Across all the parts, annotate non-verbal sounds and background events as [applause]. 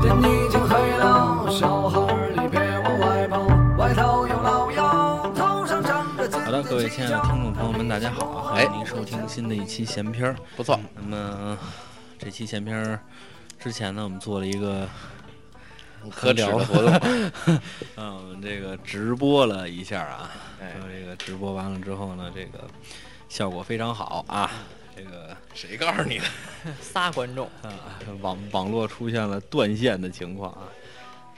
天已经黑了，小孩儿你别往外跑，外头有老妖，头上长着尖好的，各位亲爱的听众朋友们，大家好啊！欢哎迎您收听新的一期闲篇儿。不错，那么这期闲篇儿之前呢，我们做了一个可耻聊 [laughs] 的活动。嗯，我们这个直播了一下啊，哎说这个直播完了之后呢，这个效果非常好啊，这个谁告诉你的？仨观众，啊 [laughs] 网网络出现了断线的情况啊，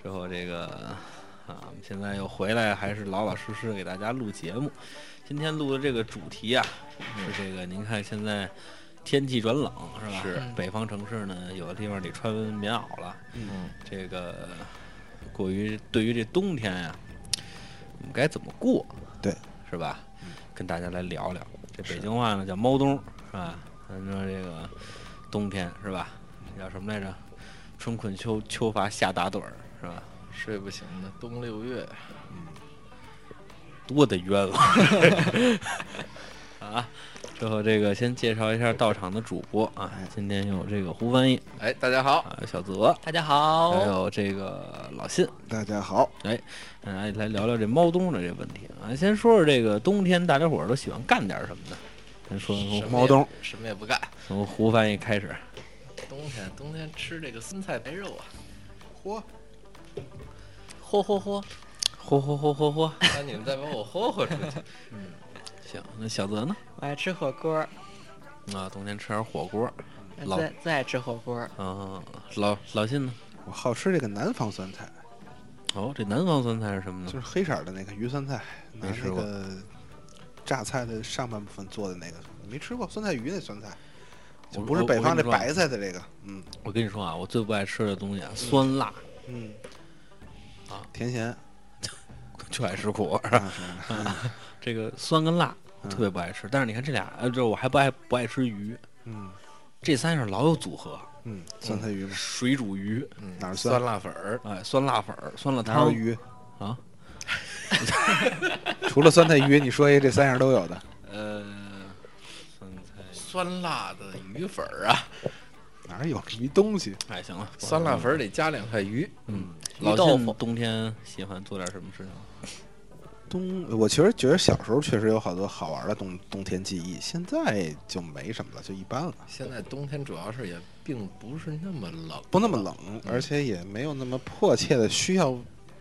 之后这个啊，我们现在又回来，还是老老实实给大家录节目。今天录的这个主题啊，是这个您看现在天气转冷是吧？是北方城市呢，有的地方得穿棉袄了。嗯，这个过于对于这冬天呀、我们该怎么过？对，是吧？跟大家来聊聊。这北京话呢叫猫冬，是吧？咱说这个冬天是吧？这叫什么来着？春困秋秋乏夏打盹儿是吧？嗯睡不醒的冬六月，多得冤枉 [laughs] 啊！之后这个先介绍一下到场的主播啊，今天有这个胡翻译哎，大家好，啊，有小泽，大家哎好还，有这个老信。大家好，哎，嗯哎，来聊聊这猫冬的这问题啊。先说说这个冬天，大家伙儿都喜欢干点什么呢？咱说什么也从猫冬，什么也不干。从胡翻译开始，冬天，冬天吃这个酸菜白肉啊，嚯，嚯嚯嚯，嚯嚯嚯嚯嚯。那你们再把我霍霍出去。行，那小泽呢？我爱吃火锅，啊，冬天吃点火锅。老最最爱吃火锅，啊，老老信呢？我好吃这个南方酸菜，哦，这南方酸菜是什么就呢？是黑色儿的那个鱼酸菜，拿嗯没吃那过个榨菜的上半部分做的那个，没吃过酸菜鱼那酸菜，就我不是我北方我跟这你说啊白菜的这个，嗯我跟你说啊，我最不爱吃的东西啊，酸辣，嗯，啊，甜咸，就爱吃苦。 [laughs] 啊是这个酸跟辣嗯特别不爱吃，但是你看这俩，呃，这我还不爱不爱吃鱼，嗯这三样老有组合，嗯，酸菜鱼嘛，水煮鱼，嗯哪儿酸酸辣粉儿？哎，酸辣粉儿，酸辣哪有汤，鱼啊？ [laughs] 除了酸菜鱼，你说一这三样都有的，呃，酸菜。酸辣的鱼粉儿啊，哪有鱼东西？哎，行了，酸辣粉儿得加两块鱼。嗯，鱼老豆信腐冬天喜欢做点什么事情？冬，我其实觉得小时候确实有好多好玩的冬冬天记忆，现在就没什么了，就一般了。现在冬天主要是也并不是那么冷，不那么冷，而且也没有那么迫切的需要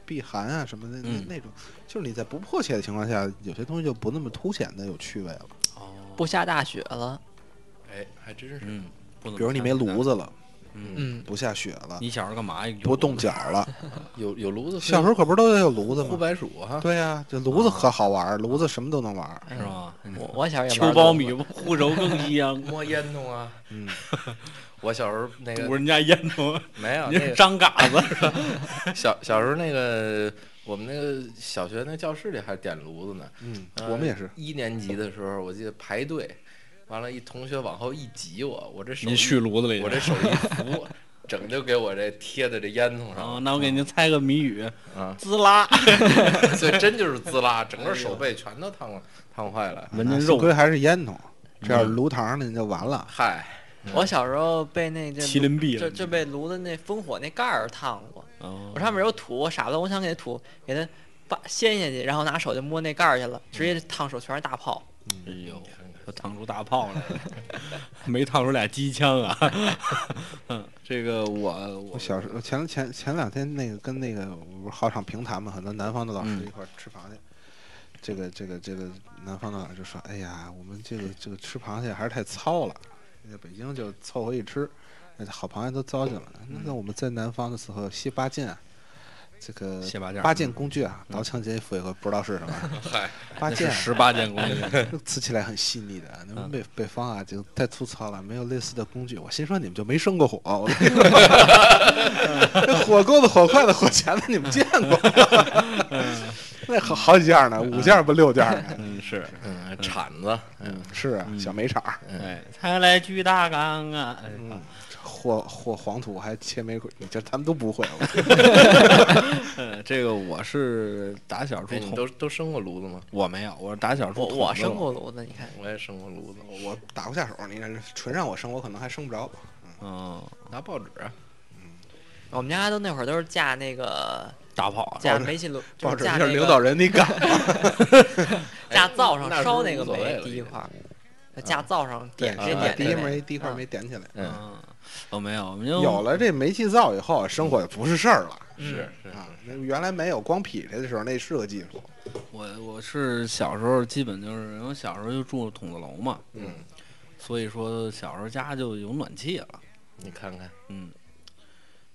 避寒啊什么的那、嗯那种，就是你在不迫切的情况下，有些东西就不那么凸显的有趣味了。哦，不下大雪了，哎，还真是。嗯，不比如你没炉子，子了，嗯，嗯，不下雪了，你小时候干嘛呀？不冻脚了。有有炉子，小时候可不是都得有炉子呼吗？白薯哈，对呀、这炉子可好玩儿，炉子什么都能玩儿。是吧？我我小时候秋也玩苞过米烀熟羹一样， [laughs] 摸烟囱啊。嗯， [laughs] 我小时候那堵个人家烟头，没有你那是个张嘎子。小小时候那个我们那个小学那教室里还点炉子呢。嗯，呃我们也是。一年级的时候，我记得排队，完了，一同学往后一挤我，我这手您一续炉子里去，我这手一扶，整就给我这贴在这烟囱上哦，了那我给您猜个谜语，啊，滋啦， [laughs] 所以真就是滋啦，整个手背全都烫烫坏了。闻见那肉幸亏还是烟囱，这要是炉膛那就完了。嗨， [laughs] 我小时候被那个麒麟臂就了。就被炉子那烽火那盖儿烫过，哦我上面有土，我傻不愣，我想给那土给它扒掀下去，然后拿手就摸那盖儿去了，直接烫手全是大泡。哎呦，都烫出大炮来了， [laughs] 没烫出俩机枪啊。嗯，这个我我我小时候前前前两天那个跟那个我不是好场评弹嘛，很多南方的老师嗯一块儿吃螃蟹。这个这个这个南方的老师就说：“哎呀，我们这个这个吃螃蟹还是太糙了，在北京就凑合一吃，那好螃蟹都糟践了。那嗯那我们在南方的时候卸八件啊，这个卸八件儿嗯八件工具啊，刀枪剑斧也不知道是什么，嗨，八件啊十八件工具， [laughs] 吃起来很细腻的。你嗯们北北方啊，就太粗糙了，没有类似的工具。我心说你们就没生过火， [laughs] 我 [laughs] 跟你说那火钩子、火筷子、火钳子你们见 [laughs] 过？那好好几件嗯呢，五件不六件呢？嗯是。嗯，铲子，嗯，是啊，小煤铲儿，哎，才来锯大缸啊！哎，嗯，或或黄土还切玫瑰，你这他们都不会。我 [laughs] 呃，这个我是打小住哎，你桶，都都生过炉子吗？我没有，我是打小住我桶我子生了过炉子，你看我也生过炉子，我打不下手，你看纯让我生，我可能还生不着。嗯，拿报纸啊，我们家都那会儿都是架那个大炮架煤气炉，就报是纸架就那是领导个人，你敢吗？架灶上那是烧那个无所谓煤了第已一经块儿，架灶上点对谁把点啊啊第谁一呗嗯门第一块没点起来。嗯，嗯，我没有，没有了这煤气灶以后，生活也不是事儿了是是，啊。那原来没有，光劈柴的时候那是个技术。我我是小时候基本就是，因为小时候就住筒子楼嘛，嗯，所以说小时候家就有暖气了，你看看，嗯。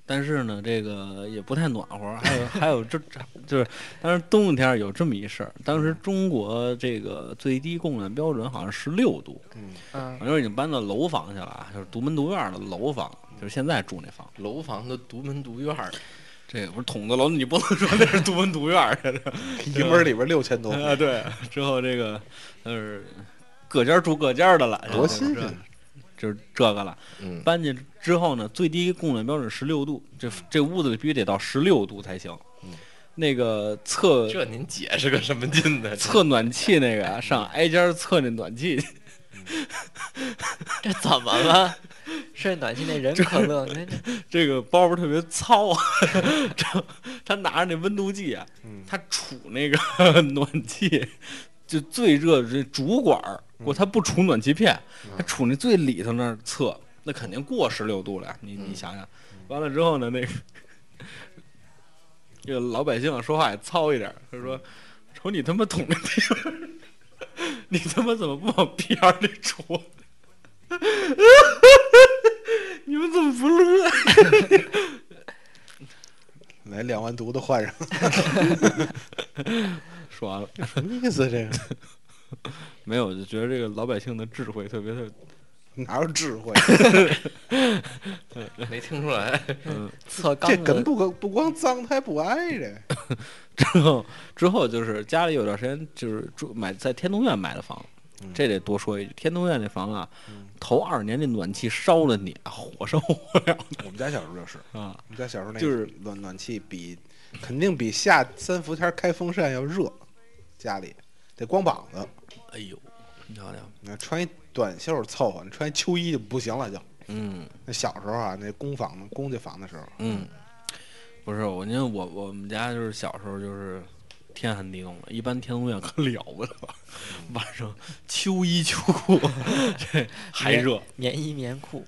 但是呢，这个也不太暖和，还有还有这这就是，但是冬天有这么一事儿，当时中国这个最低供暖标准好像十六度，嗯，嗯，我就是已经搬到楼房去了啊，就是独门独院的楼房，就是现在住那房。楼房的独门独院儿，这不是筒子楼，你不能说那是独门独院儿去的。 [laughs] 一门里边六千多户，啊，对，之后这个就是各家住各家的了，多新鲜！就是这个了。嗯，搬进之后呢，最低供暖标准十六度，嗯这这屋子里必须得到十六度才行嗯。那个测这您解释个什么劲呢？测暖气那个啊，上挨家测那暖气去， [laughs] 这怎么了？是暖气那人可 [laughs] 乐，你看这这个包包特别糙啊，他他拿着那温度计啊，嗯他杵那个 [laughs] 暖气，就最热的这主管儿，我他不杵暖气片，他杵那最里头那儿测，那肯定过十六度了。你你想想，完了之后呢，那个这个老百姓啊说话也糙一点儿，他说：“瞅你他妈捅那地方 [laughs] 儿，你他妈怎么不往边儿里杵？” [laughs] 你们怎么不乐？来两万毒的换上，说完了，什么意思？这个没有，我就觉得这个老百姓的智慧特别的， [laughs] 哪有智慧？没听出来，嗯，测这缸梗子，不光不光脏，它还不挨着。之后之后就是家里有段时间就是住买在天通苑买的房，这得多说一句，天通苑那房啊，头二年那暖气烧了你啊，火烧火燎我们家小时候就是，的啊我，们家小时候那就是暖暖气比肯定比下三伏天开风扇要热，家里得光膀子，哎呦，你瞧瞧，你穿一短袖凑合，你穿一秋衣就不行了就。嗯那小时候啊，那公房的公家房的时候，嗯，不是我，因为我我们家就是小时候就是天寒地冻的，一般天通苑可了不得了，晚上秋衣秋裤， [laughs] 这还热，棉衣棉裤，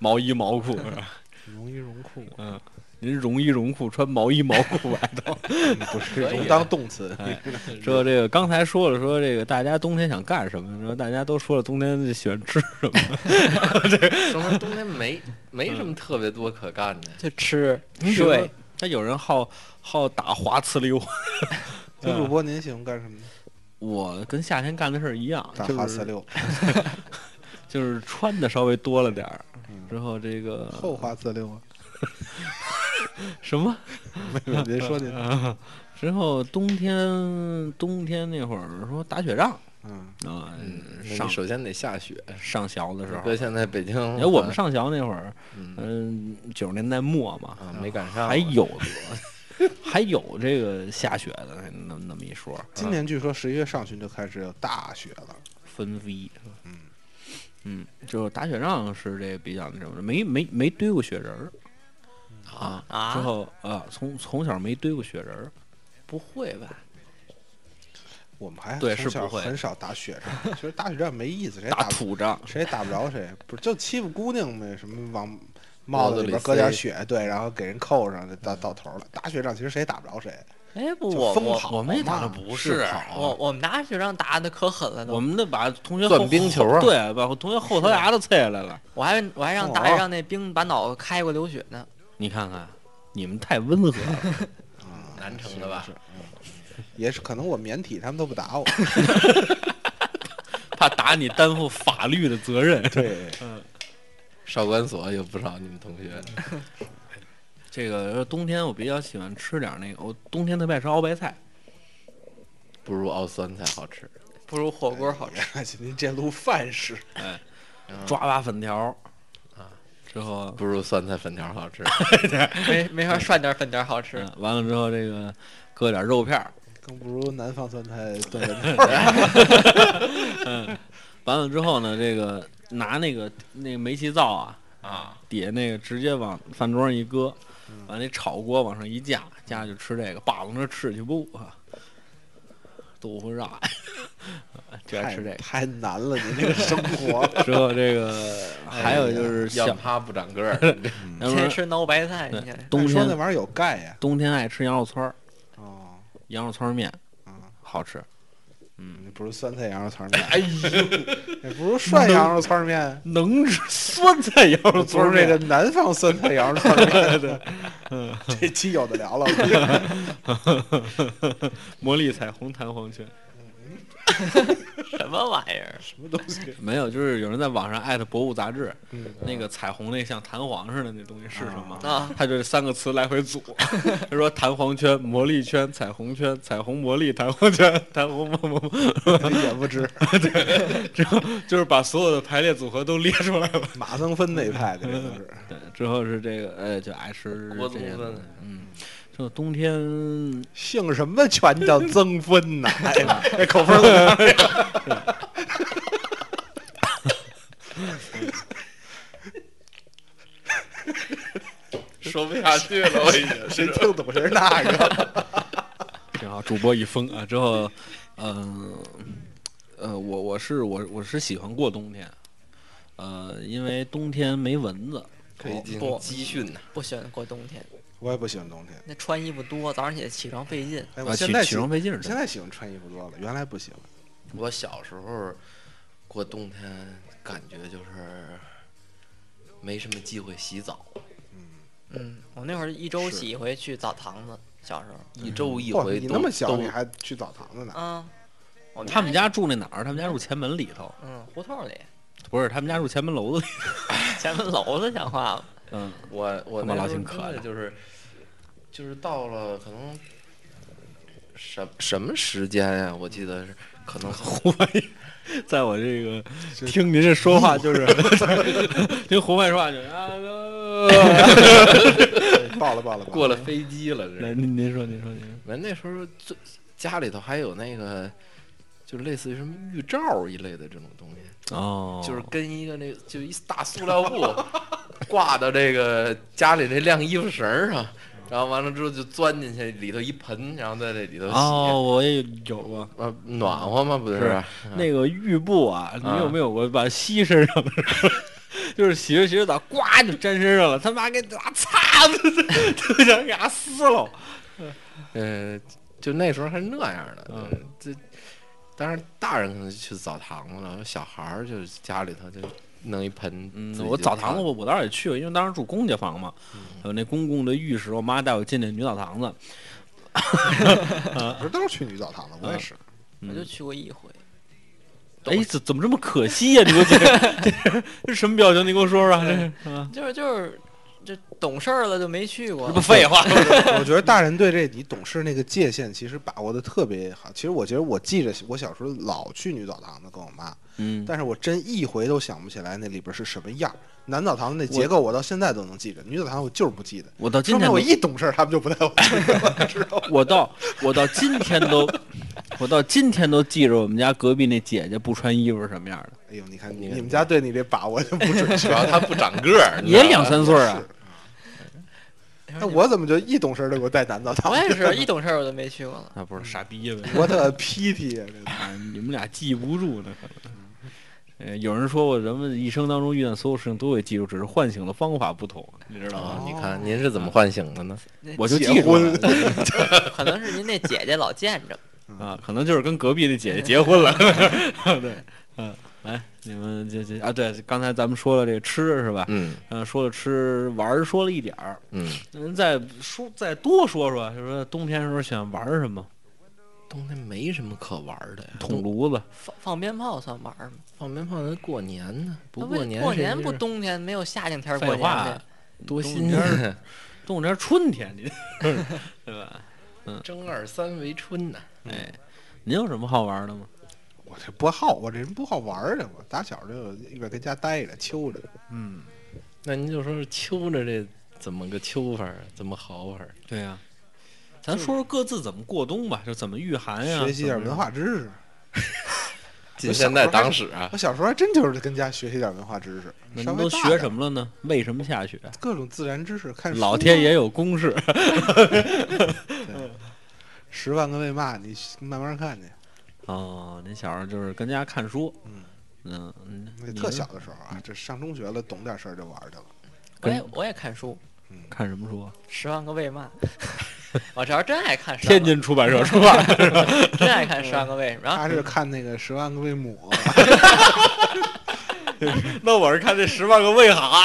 毛衣毛 [laughs] 裤是吧？绒衣绒裤嗯，您绒衣绒裤穿毛衣毛裤外头。 [laughs] 不是可以容啊当动词，说这个刚才说了说这个大家冬天想干什么，然后大家都说了冬天喜欢吃什么，说 [laughs] 明冬天没没什么特别多可干的。就吃比如睡说，那有人好好打滑呲溜，听主播您喜欢干什么呢？我跟夏天干的事儿一样，打就哈四是六，就是穿的稍微多了点儿，之后这个嗯后花四六啊， [laughs] 什么没有您说您，啊，之后冬天冬天那会儿说打雪仗嗯，啊，嗯，那上你首先得下雪。上学的时候哥，现在北京，哎，我们上学那会儿，嗯嗯，九十年代末嘛，嗯啊没赶上，还有还有 [laughs] 这个下雪的那那么一说，今年据说十一月上旬就开始有大雪了，啊分 V 是吧？嗯就打雪仗是这比较那什么的，没没没堆过雪人儿啊啊之后啊，从从小没堆过雪人儿，不会吧？我们还对从是小不会很少打 [laughs] 雪仗，其实打雪仗没意思，谁也打打土仗，谁也打不着谁，不是就欺负姑娘呗？什么往帽子里边搁点雪，对，然后给人扣上，就到到头了。打雪仗其实谁也打不着谁，哎，不，就我疯我跑我们也打的嘛不是是跑我我们拿雪仗打的可狠了都，啊我们那把同学攥后冰球啊对，把同学后槽牙都啐下来了。我还我还让大哦爷让那兵把脑开过流血呢，你看看，你们太温和了。南城的吧是？也是可能我免体，他们都 [laughs] 不打我。怕打你担负法律的责任。对，少管所有不少你们同学，这个冬天我比较喜欢吃点儿那个，我冬天特别爱吃熬白菜。不如熬酸菜好吃。不如火 [laughs] 锅好吃。您这路饭食，抓把粉条儿啊，之后，不如酸菜粉条好 [laughs] 吃。没没法涮点粉条好吃嗯。完了之后这个搁点肉片儿，更不如南方酸菜炖粉条。完了之后呢，这个拿那个那个煤气灶啊啊，嗯底下那个直接往饭桌上一搁，完那炒锅往上一架，架就吃这个，霸王着吃去不啊，豆腐 [laughs] 炸，就爱吃这个。太难了，你这个生 [laughs] 活之后这个还有就是小哎要，趴不长个 [laughs] 儿，嗯要不先然吃孬白菜，对你看冬说那天玩意儿有钙呀。冬天爱吃羊肉串儿，哦，羊肉串儿面嗯好吃，你不如酸菜羊肉串面， [laughs] 哎呦，也不如涮羊肉串面，能吃酸菜羊肉 [laughs] 不串儿是那面个南方酸菜羊肉串面嗯 [laughs] 这期有的聊了， [laughs] 魔力彩虹弹簧拳。什么玩意儿？什么东西？没有，就是有人在网上艾特博物杂志，嗯那个彩虹那像弹簧似的那东西是什么？啊 [laughs] 他就是三个词来回组， [laughs] 他说弹簧圈、魔力圈、彩虹圈、彩虹魔力、弹簧圈、 [laughs] 弹簧魔魔， [laughs] 也不知 [laughs] 之后就是把所有的排列组合都列出来了。马增芬那一派的，这都是对，之后是这个，呃，就爱吃郭这增些东芬西。嗯，就冬天姓什么全叫增芬 [laughs] 呐？哎呀，这口风怎么样？说不下去了，我已经谁 [laughs] 听懂谁是那个？挺好，主播一疯啊。之后，嗯、呃，我我是我我是喜欢过冬天，呃，因为冬天没蚊子。可以进不行集训呢。不喜欢过冬天， [laughs] 我也不喜欢冬天。那穿衣服多，早上起来起床费劲。哎，啊，我起现在起喜床欢，费劲儿我的现在喜欢穿衣服多了，原来不喜欢。我小时候过冬天，感觉就是没什么机会洗澡，嗯，我那会儿一周洗一回去澡堂子，小时候。一周一哇回你都。那么小，都嗯你还去澡堂子呢？啊，我他们家住那哪儿？他们家住前门里头，嗯胡 [laughs] 同里，不是他们家住前门楼子里。前门楼子讲话了。嗯，我我他妈那老时候挺可真爱的的就是就是到了可能什什么时间呀、我记得是可能胡万一，在我这个听您这说话 [laughs] 就是，听胡万说话就是啊，报哎了报了，报 [laughs] 过了飞机了，[laughs] 这来您您说您说您说，完那时候最家里头还有那个，就是类似于什么浴罩一类的这种东西，哦就是跟一个那就一大塑料布挂到这个家里那晾衣服绳儿上，然后完了之后就钻进去里头一盆，然后在这里头洗，哦，我也有过。呃，暖和嘛，不就是啊是？那个浴布啊，你有没有过把吸身上的时候？ [laughs] 就是洗着洗着澡，呱就粘身上了，他妈给啊擦，就想给它撕了。嗯、就那时候还是那样的，嗯呃这当然大人可能就去澡堂子了，小孩儿就是家里头就弄一盆，嗯自，己我就啊澡堂烫子我我倒是也去过，因为当时住公家房嘛，有那公共的浴室，我妈带我进那女澡堂子，了，不是都是去女澡堂子，嗯我也是。我嗯就去过一回，哎，怎怎么这么可惜呀、你给我解释 [laughs] 这这什么表情？你给我说说，这是啊就是就是，这懂事儿了就没去过这。不废话吗？ [laughs] 我觉得大人对这你懂事那个界限，其实把握的特别好。其实我觉得我记着我小时候老去女澡堂子跟我妈，嗯，但是我真一回都想不起来那里边是什么样儿。男澡堂子那结构我到现在都能记着，女澡堂子我就是不记得。我到说今明天我都，一懂事儿，他们就不带我去了，知道吗？我到我到今天都，我到今天都记着我们家隔壁那姐姐不穿衣服是什么样的， [laughs] 哎呦，你看你你们家对你这把握就不准主确。要他不长个 [laughs] 儿，你知也道两吧三岁儿啊。 [laughs] 那我怎么就一懂事儿就给我带男澡堂我子？也是一懂事儿我就没去过了。那不是傻逼呗？我的 [laughs] PT 呀，这啊你们俩记不住呢，可能。呃，有人说过，人们一生当中遇见所有事情都会记住，只是唤醒的方法不同，你知道吗？啊！你看您是怎么唤醒的呢？嗯那 [laughs] 我就结记住婚了可能是您那姐姐老见着，啊，可能就是跟隔壁那姐姐结婚了。对，嗯，来，你们这这啊，对，刚才咱们说了这个吃是吧？嗯嗯，说了吃，玩儿说了一点儿，嗯，您再说再多说说，就说冬天时候喜欢玩儿什么？冬天没什么可玩儿的呀，捅炉子，放放鞭炮算玩儿吗？放鞭炮那过年呢，不那过年年过这年是啊不冬天没有夏天天儿废过年话呗。多冬新天鲜儿啊，动点春天，你 [laughs] 对吧？嗯正二三为春呢。哎，您有什么好玩儿的吗？ [laughs] 我啊这不好，我这人不好玩儿的，我打小就一边跟家待着，揪着。嗯，那您就说是揪着这怎么个揪法儿，怎么好法儿？对呀、咱说说各自怎么过冬吧，就怎么御寒哎呀、学习点文化知识。 [laughs] 近现代党史啊，我小时候还真就是跟家学习点文化知识，那稍您微都大学点什么了呢？为什么下雪？各种自然知识，看书啊老天爷有公 [laughs] 式，十万个为嘛，你慢慢看去。哦，您小时候就是跟家看书，嗯嗯嗯，那你特呢小的时候啊，这上中学了，懂点事儿就玩儿去了。我跟也我也看书，看什么书啊？ 《十万个为嘛》，我这儿真爱看《天津出版社出版。 [laughs] 真爱看《十万个为什么》，然后啊他是看那个《十万个为 [laughs] 母》，那我是看这十万个为哈，啊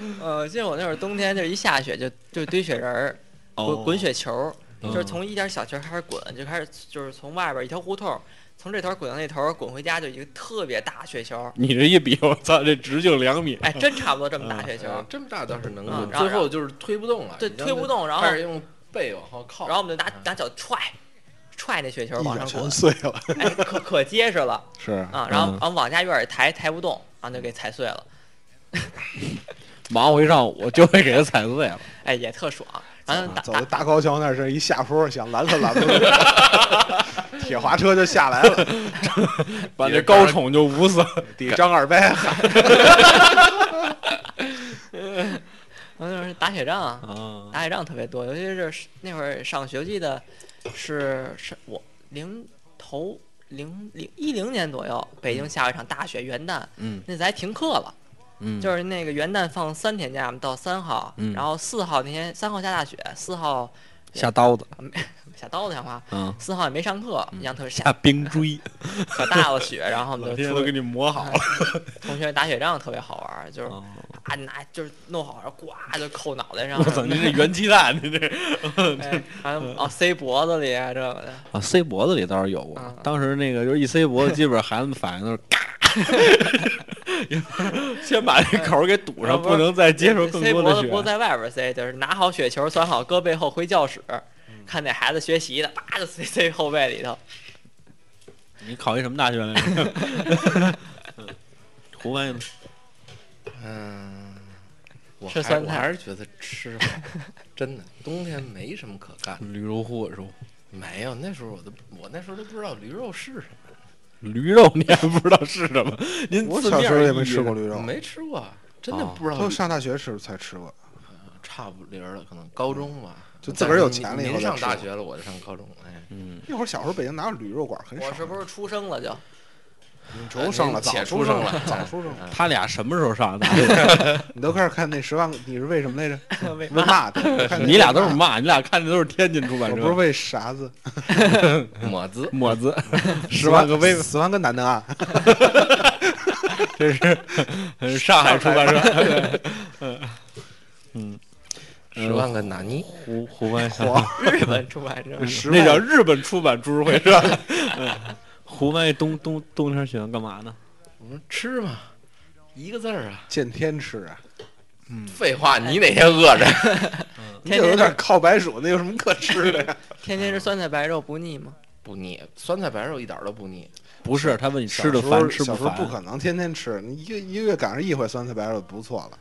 嗯呃，记得我那会儿冬天就是一下雪就就堆雪人 [laughs] 儿，哦滚滚雪球儿，就是从一点小球儿开始滚，就开始就是从外边一条胡同儿，从这头儿滚到那头儿，滚回家就一个特别大雪球儿， [laughs] 你这一比，我操，这直径两米。哎，真差不多这么大雪球儿哎，这么大倒是能嗯弄，然后最后就是推不动了，对，你让推不它动，然后开始用背往后靠，然后我们就拿拿脚踹踹那雪球儿一往脚上全滚，碎了。哎，可可结实了是，啊，然后嗯然后往家院儿一抬抬不动，然后就给踩碎了，忙活一上午，就会给他踩碎 [laughs] 了。哎，也特爽，然后打嗯走到打大高桥那儿是一下坡，想拦都拦不住， [laughs] 铁滑车就下来了，把这高宠就捂 [laughs] 死了。抵张二掰。然后就是打雪仗啊。啊，打雪仗特别多，尤其是那会儿上学，我记得是是我零头零零一零年左右，北京下了一场大雪，元旦嗯那次还停课了，嗯，就是那个元旦放三天假嘛，到三号，嗯然后四号那天三号下大雪，四号啊下刀子，下刀子上嘛，嗯，四号也没上课，印象特别下下冰 [laughs] 锥，可大了雪，然后我老们就天都出给你磨好了。同学打雪仗特别好玩儿，就是。哦啊，拿就是弄好，然后呱就扣脑袋啊上，我操，您这嗯元气弹，您这哎，然后哦塞脖子里啊，这个的，啊塞脖子里倒是有过嗯，当时那个就是一塞 [laughs] 脖子，基本上孩子们反应都是嘎。先把这口儿给堵上，啊不是不能再接受更哎塞多脖的子血不。在外边塞，就是拿好雪球，拴好胳膊后回教室，嗯看那孩子学习的，叭就塞塞后背里头。你考一什么大学来着？ [laughs] 嗯胡翻译呢？嗯，我吃还酸我菜还是觉得吃吧，真的，冬天没什么可干。驴肉火烧，没有，那时候我都我那时候都不知道驴肉是什么，驴肉你还不知道是什么？您我字小面时候意也义没吃是过驴肉，没吃过，真的哦不知道都驴。上大学时候才吃过。差不离儿了，可能高中吧，就自个儿有但是钱了您以后您再上吃大吧学了，我就上高中了。哎，嗯，那会儿小时候北京哪有驴肉馆，很少。我是不是出生 [laughs] 了就？你初上了，呃您早且出出生生了早出生了。他俩什么时候上的大 [laughs] 学？你都开始看那十万个，你是为什么来着？为为嘛？对看那你俩都是为嘛骂，你俩看的都是天津出版我社，不是为啥子？ [laughs] 抹子抹子，十万个为十万个男的啊！这是 [laughs] 呃上海出版 [laughs] 社。嗯，十万个纳尼，胡胡翻译，日本出版社十嗯那万叫 [laughs] 日本出版株式会社。嗯， [laughs] 胡翻译冬冬冬天喜欢干嘛呢？我说吃嘛，一个字儿啊。见天吃啊，废哎话，你哪天饿着？你天就有天点靠白薯，那有什么可吃的呀？天天吃酸菜白肉不腻吗？不腻，酸菜白肉一点儿都不腻。不是，他问你吃的小时候烦吃小时候烦？不可能天天吃，你一个一个月赶上一回酸菜白肉不错了。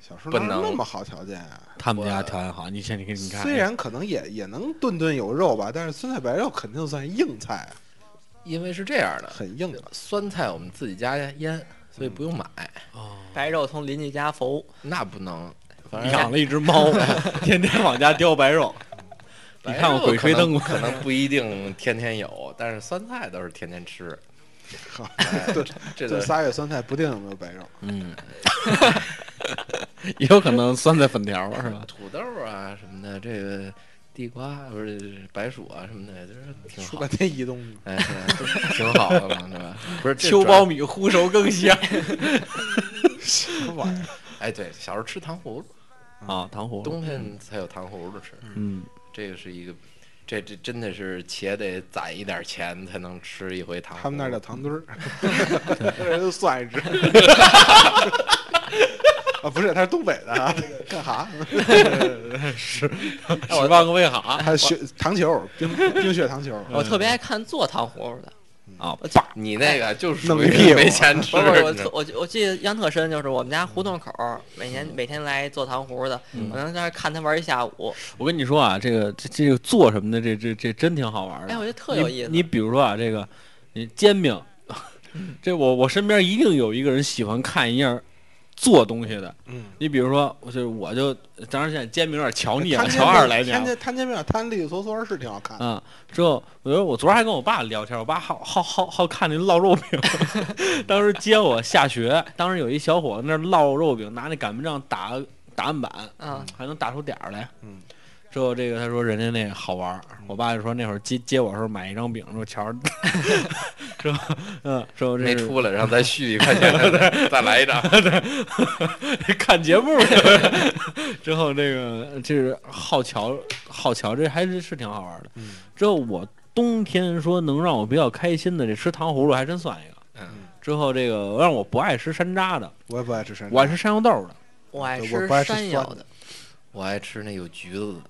小时候哪不有能那么好条件啊？他们家条件好，你先你看你看，虽然可能也也能顿顿有肉吧，但是酸菜白肉肯定算硬菜啊，因为是这样的，很硬的。酸菜我们自己家腌，所以不用买，白肉从邻居家缝，那不能。反正养了一只 [laughs] 猫，天天往家叼白肉。你看过《鬼吹灯》吗？可能不一定天天有，但是酸菜倒是天天吃。好， [laughs] 哎对这这个仨月酸菜不定有没有白肉。嗯， [laughs] 也有可能酸菜粉条是吧？土豆啊什么的，这个地瓜啊不是白薯啊什么的，就是挺说好半。天移动呢，哎，是挺好的嘛，对吧？不是这秋主要苞米烀熟更香什么玩意儿？哎，对，小时候吃糖葫芦，啊！糖葫芦，冬天才有糖葫芦吃，嗯，这个是一个，这这真的是且得攒一点钱才能吃一回糖葫芦。他们那儿叫糖墩儿， [laughs] 人就 [laughs] 算一只。啊，不是，他是东北的啊，干哈？十万个为啥？哎啊 [laughs] 还有雪糖球，冰冰雪糖球，嗯嗯我特别爱看做糖葫芦的，啊，你那个就是弄属一于屁股没钱吃，不是我你知特道我记我记得印象特深，就是我们家胡同口儿每嗯年每天来做糖葫芦的，我能在那儿看他玩一下午，我跟你说啊，这个这这个做什么的，这这这真挺好玩的。哎我觉得特有意思你。你比如说啊，这个你煎饼，嗯 [laughs] 这我我身边一定有一个人喜欢看一样做东西的。嗯，你比如说，我就我就当然现在煎饼有点瞧腻了，摊煎乔二饼来摊讲。煎摊煎饼，摊利利索索是挺好看的。啊、之后我觉得我昨儿还跟我爸聊天，我爸好好好好看那烙肉饼， [laughs] 当时接我下学，当时有一小伙子那烙肉饼，拿那擀面杖打打案板，嗯，还能打出点儿来。嗯，之后这个他说人家那好玩儿，我爸就说那会儿接接我时候买一张饼，说瞧， [laughs] 之后嗯，之后这没是出来，然后再续一块钱，再来一张。 [laughs] 看节目呢之后这个这是好瞧好瞧，这还是是挺好玩儿的。嗯之后我冬天说能让我比较开心的，这吃糖葫芦还真算一个。嗯，之后这个让我不爱吃山楂的，我也不爱吃山楂，我爱吃山药豆的。我爱我吃不爱吃山酸药的的。我爱吃那有橘子的，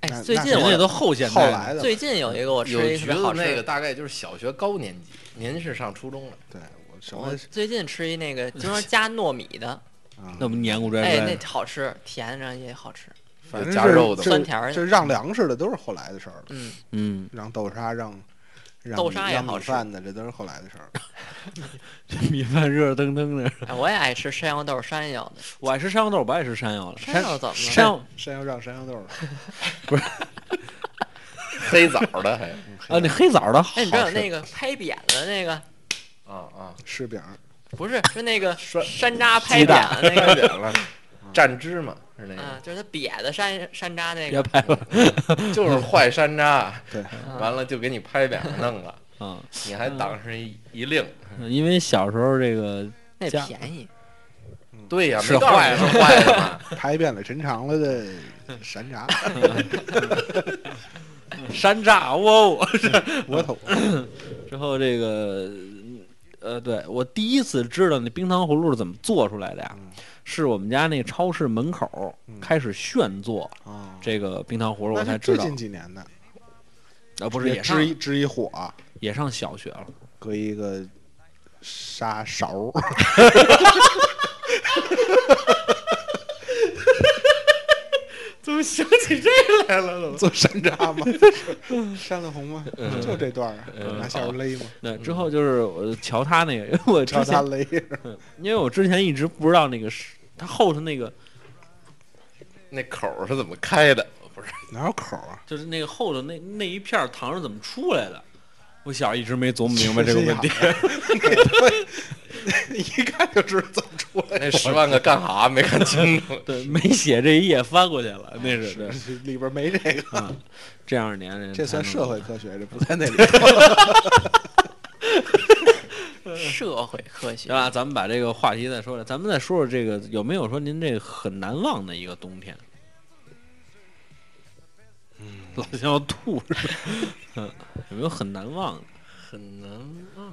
哎那，最那近人家我都后现后代来了，的。最近有一个我吃有一橘特别子好吃那个大概就是小学高年级，您是上初中了。对，我什么我最近吃一 [laughs] 那个经常加糯米的，啊？那不黏糊拽哎，拽的那好吃，甜着也好吃。反正加是肉的这酸甜儿的这让粮食的都是后来的事儿了，嗯，嗯，让豆沙让。让豆沙也让米好吃饭的，这都是后来的事儿。米饭热腾腾的。哎，我也爱吃山药豆、山药的。我爱吃山药豆，不爱吃山药了。山药怎么了山药山药让山药豆儿，黑枣的还嗯啊，那黑枣的好吃。哎，你知道有那个拍扁的那个，啊啊，柿饼儿，不是，是那 [laughs] 个栓山楂拍鸡扁蛋的那个，扁了，蘸芝麻是那啊个，，就是它瘪的山山楂那别个。拍了就是坏山楂，对，完了就给你拍扁了弄了，啊！你还当上一一令。因为小时候这个那加便 [laughs] 宜，对呀，是没告诉你坏是坏的嘛，拍遍了陈长了的 [laughs] 山楂、 [laughs] 山楂，哇、哦！窝头，之后这个，呃，对我第一次知道那冰糖葫芦是怎么做出来的呀，嗯是我们家那超市门口嗯开始炫做啊，这个冰糖葫芦，那我才是知最道近，几年的，啊，不是也上支一支一火，啊也上小学了，搁一个沙勺 [laughs] 儿，怎么想起这来了？做山楂吗？ [laughs] 山里红吗？嗯就这段儿啊，拿下边勒吗？对，之后就是我呃瞧他那个，因为我嗯之朝他前勒，因为我之前一直不知道那个是他后头那个那口儿是怎么开的？不是，哪有口 [laughs] 儿啊？就是那个后头那那一片糖是怎么出来的，我小时候一直没琢磨明白这个问 [laughs] 啊题。。一看 [laughs] 就知道怎么出来。那十万个干哈没看清楚对， [laughs] 没写这一页翻过去了，那是对。里边没这个，啊，这样的年龄，这算社会科学，这不在那里。 [laughs] 社会科学行。吧？咱们把这个话题再说了，咱们再说说这个有没有说您这个很难忘的一个冬天？嗯，老想要吐是吧？ [laughs] 嗯，有没有很难忘的？ [laughs] 很难忘，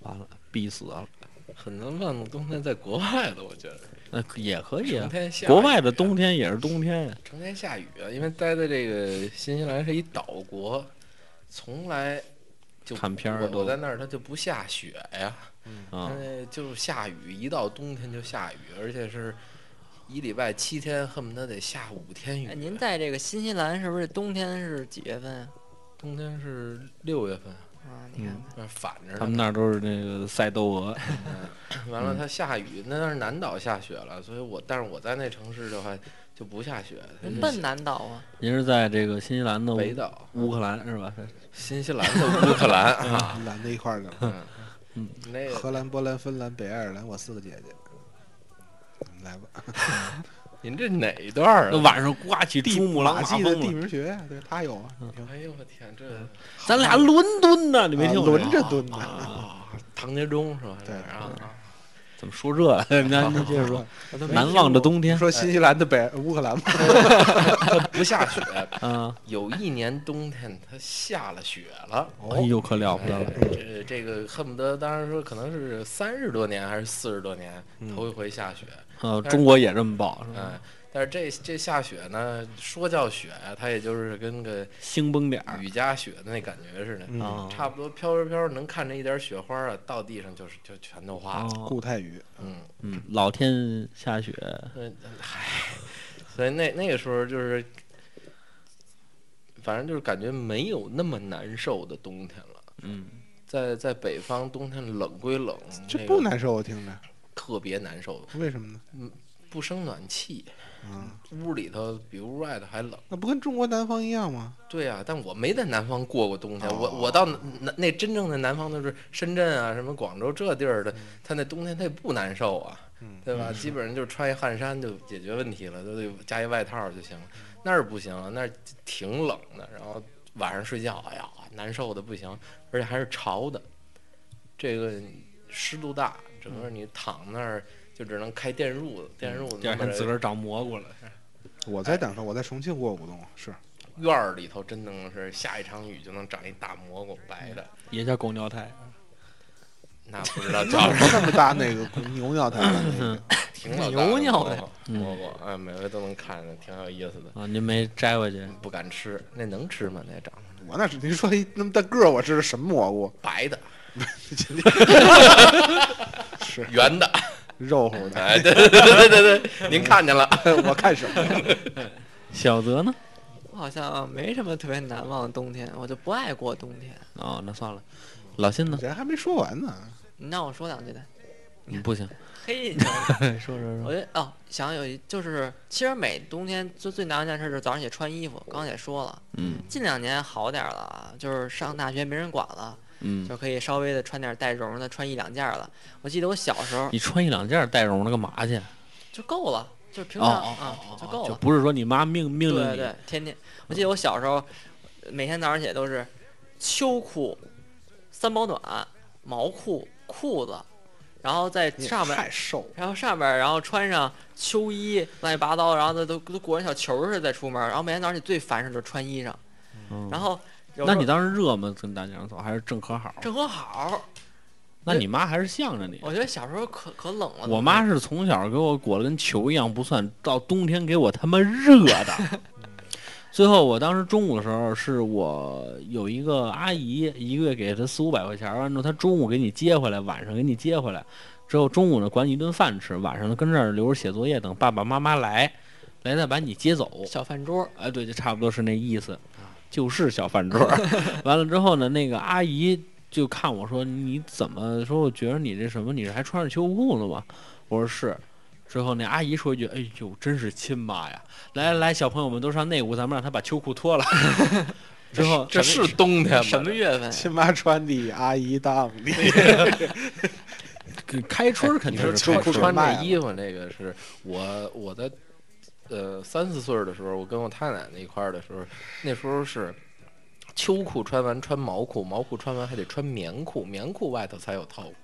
完了，逼死了。很难忘的冬天在国外的，我觉得那也可以成啊，天下雨国外的冬天也是冬天呀。成天下雨啊，因为待在这个新西兰是一岛国，从来就看片儿我都我在那儿它就不下雪呀，啊它，那就是下雨，一到冬天就下雨，而且是一礼拜七天，恨不得得下五天雨。哎，您在这个新西兰是不是冬天是几月份啊？冬天是六月份，啊，你嗯看看，那反着呢他们那儿都是那个赛窦娥，完了，它下雨，那是南岛下雪了，所以我但是我在那城市的话就不下雪，它嗯您是奔南岛啊？您是在这个新西兰的乌北岛、乌克兰是吧？新西兰的乌克兰啊，拦在一块儿去了。那个荷兰、波兰、芬兰、北爱尔兰，我四个姐姐。嗯来吧，您这哪一段儿那啊？晚上刮起珠穆朗马玛季的峰地了，名学呀，对他有啊，嗯你听哎呦我天，这咱俩伦敦呢，你没啊听我轮说着蹲呢。啊，唐杰忠是吧？对那儿啊，怎么说 [laughs] 这？那您啊接着说，难忘的冬天说新西兰的北乌克兰吗？不下雪。啊，有一年冬天，它下了雪了。哎呦，可了不得哎了，这这个恨不得，当然说可能是三十多年还是四十多年头一回下雪，哎啊呃，中国也这么报是吧？嗯，但是这这下雪呢，说叫雪呀，它也就是跟个兴崩点儿雨夹雪的那感觉似的，嗯啊，差不多飘着飘着能看着一点雪花啊，到地上就是就全都化了。哦固态雨，嗯，嗯，老天下雪，嗯，嗨，所以那那个时候就是，反正就是感觉没有那么难受的冬天了。嗯，在在北方，冬天冷归冷，这那不个难受，我听着，特别难受，为什么呢？不生暖气，啊，屋里头比屋外头还冷。那不跟中国南方一样吗？对啊，但我没在南方过过冬天，我哦我到南那真正的南方都是深圳啊，什么广州这地儿嗯的，他那冬天他也不难受啊，嗯对 [laughs] 吧？基本上就是穿一汗衫就解决问题了，都得加一外套就行了。嗯那儿不行了，那儿挺冷的，然后晚上睡觉，哎呀，难受的不行，而且还是潮的，这个湿度大，整个你躺那儿就只能开电褥子，电褥子嗯第二那天么自个儿长蘑菇了，我在南方，我在重庆过过冬，是院儿里头真能是下一场雨就能长一大蘑菇，白的。也叫狗尿苔。那不知道那叫么什么，那么大那个牛尿台，那个挺老大的牛尿呗蘑菇，蘑菇，哎，每回都能看着，挺有意思的。啊，您没摘回去？不敢吃，那能吃吗？那长得 [laughs] 我那是您说一那么大个儿，我这是什么蘑菇？ [laughs] 白的、是圆的，肉乎的， [laughs] 哎，对对 [laughs] 对对对，您看见了，我看什么？小泽呢？我好像没什么特别难忘的冬天，我就不爱过冬天。哦，那算了。老信呢？人还没说完呢，你让我说两句的，嗯不行，嘿， [laughs] 你知道吗说说我，觉得哦，想有一就是，其实每冬天最最难忘一件事就是早上起来穿衣服，刚才也说了，嗯近两年好点儿了啊，就是上大学没人管了，嗯，就可以稍微的穿点带绒的，穿一两件儿了。我记得我小时候你穿一两件带绒的干嘛去？啊就够了，就是平哦常哦啊哦就哦，够就了。不是说你妈命命令对你对，天天我记得我小时候每天早上起来都是秋裤、三保暖、毛裤、裤子，然后在上面太瘦了，然后上边儿，然后穿上秋衣，乱七八糟，然后都都都裹上小球儿似的再出门儿。然后每天早上起最烦事儿就是穿衣裳，嗯然后有时那候你当时热吗？跟大街上走还是正和好？正和哦好，那你妈还是向着你。我觉得小时候可可冷了。我妈是从小给我裹得跟球一样不算，到冬天给我他妈热的。最后，我当时中午的时候，是我有一个阿姨，一个月给她四五百块钱，完之后她中午给你接回来，晚上给你接回来，之后中午呢管你一顿饭吃，晚上呢跟这儿留着写作业，等爸爸妈妈来，来再把你接走。小饭桌儿，哎，对，就差不多是那意思，就是小饭桌儿。完了之后呢，那个阿姨就看我说：“你怎么说？我觉得你这什么，你这还穿着秋裤呢吗？”我说：“是。”之后那阿姨说一句：“哎呦，真是亲妈呀！来来来，小朋友们都上那屋，咱们让她把秋裤脱了。”之后 [laughs] 这是冬天吗？什么月份？亲妈穿的，阿姨当的，开春儿肯你定说是秋穿裤穿给卖这了衣服那个是我我在呃三四岁儿的时候，我跟我太奶奶一块儿的时候，那时候是秋裤穿完穿毛裤，毛裤穿完还得穿棉裤，棉裤外头才有套裤，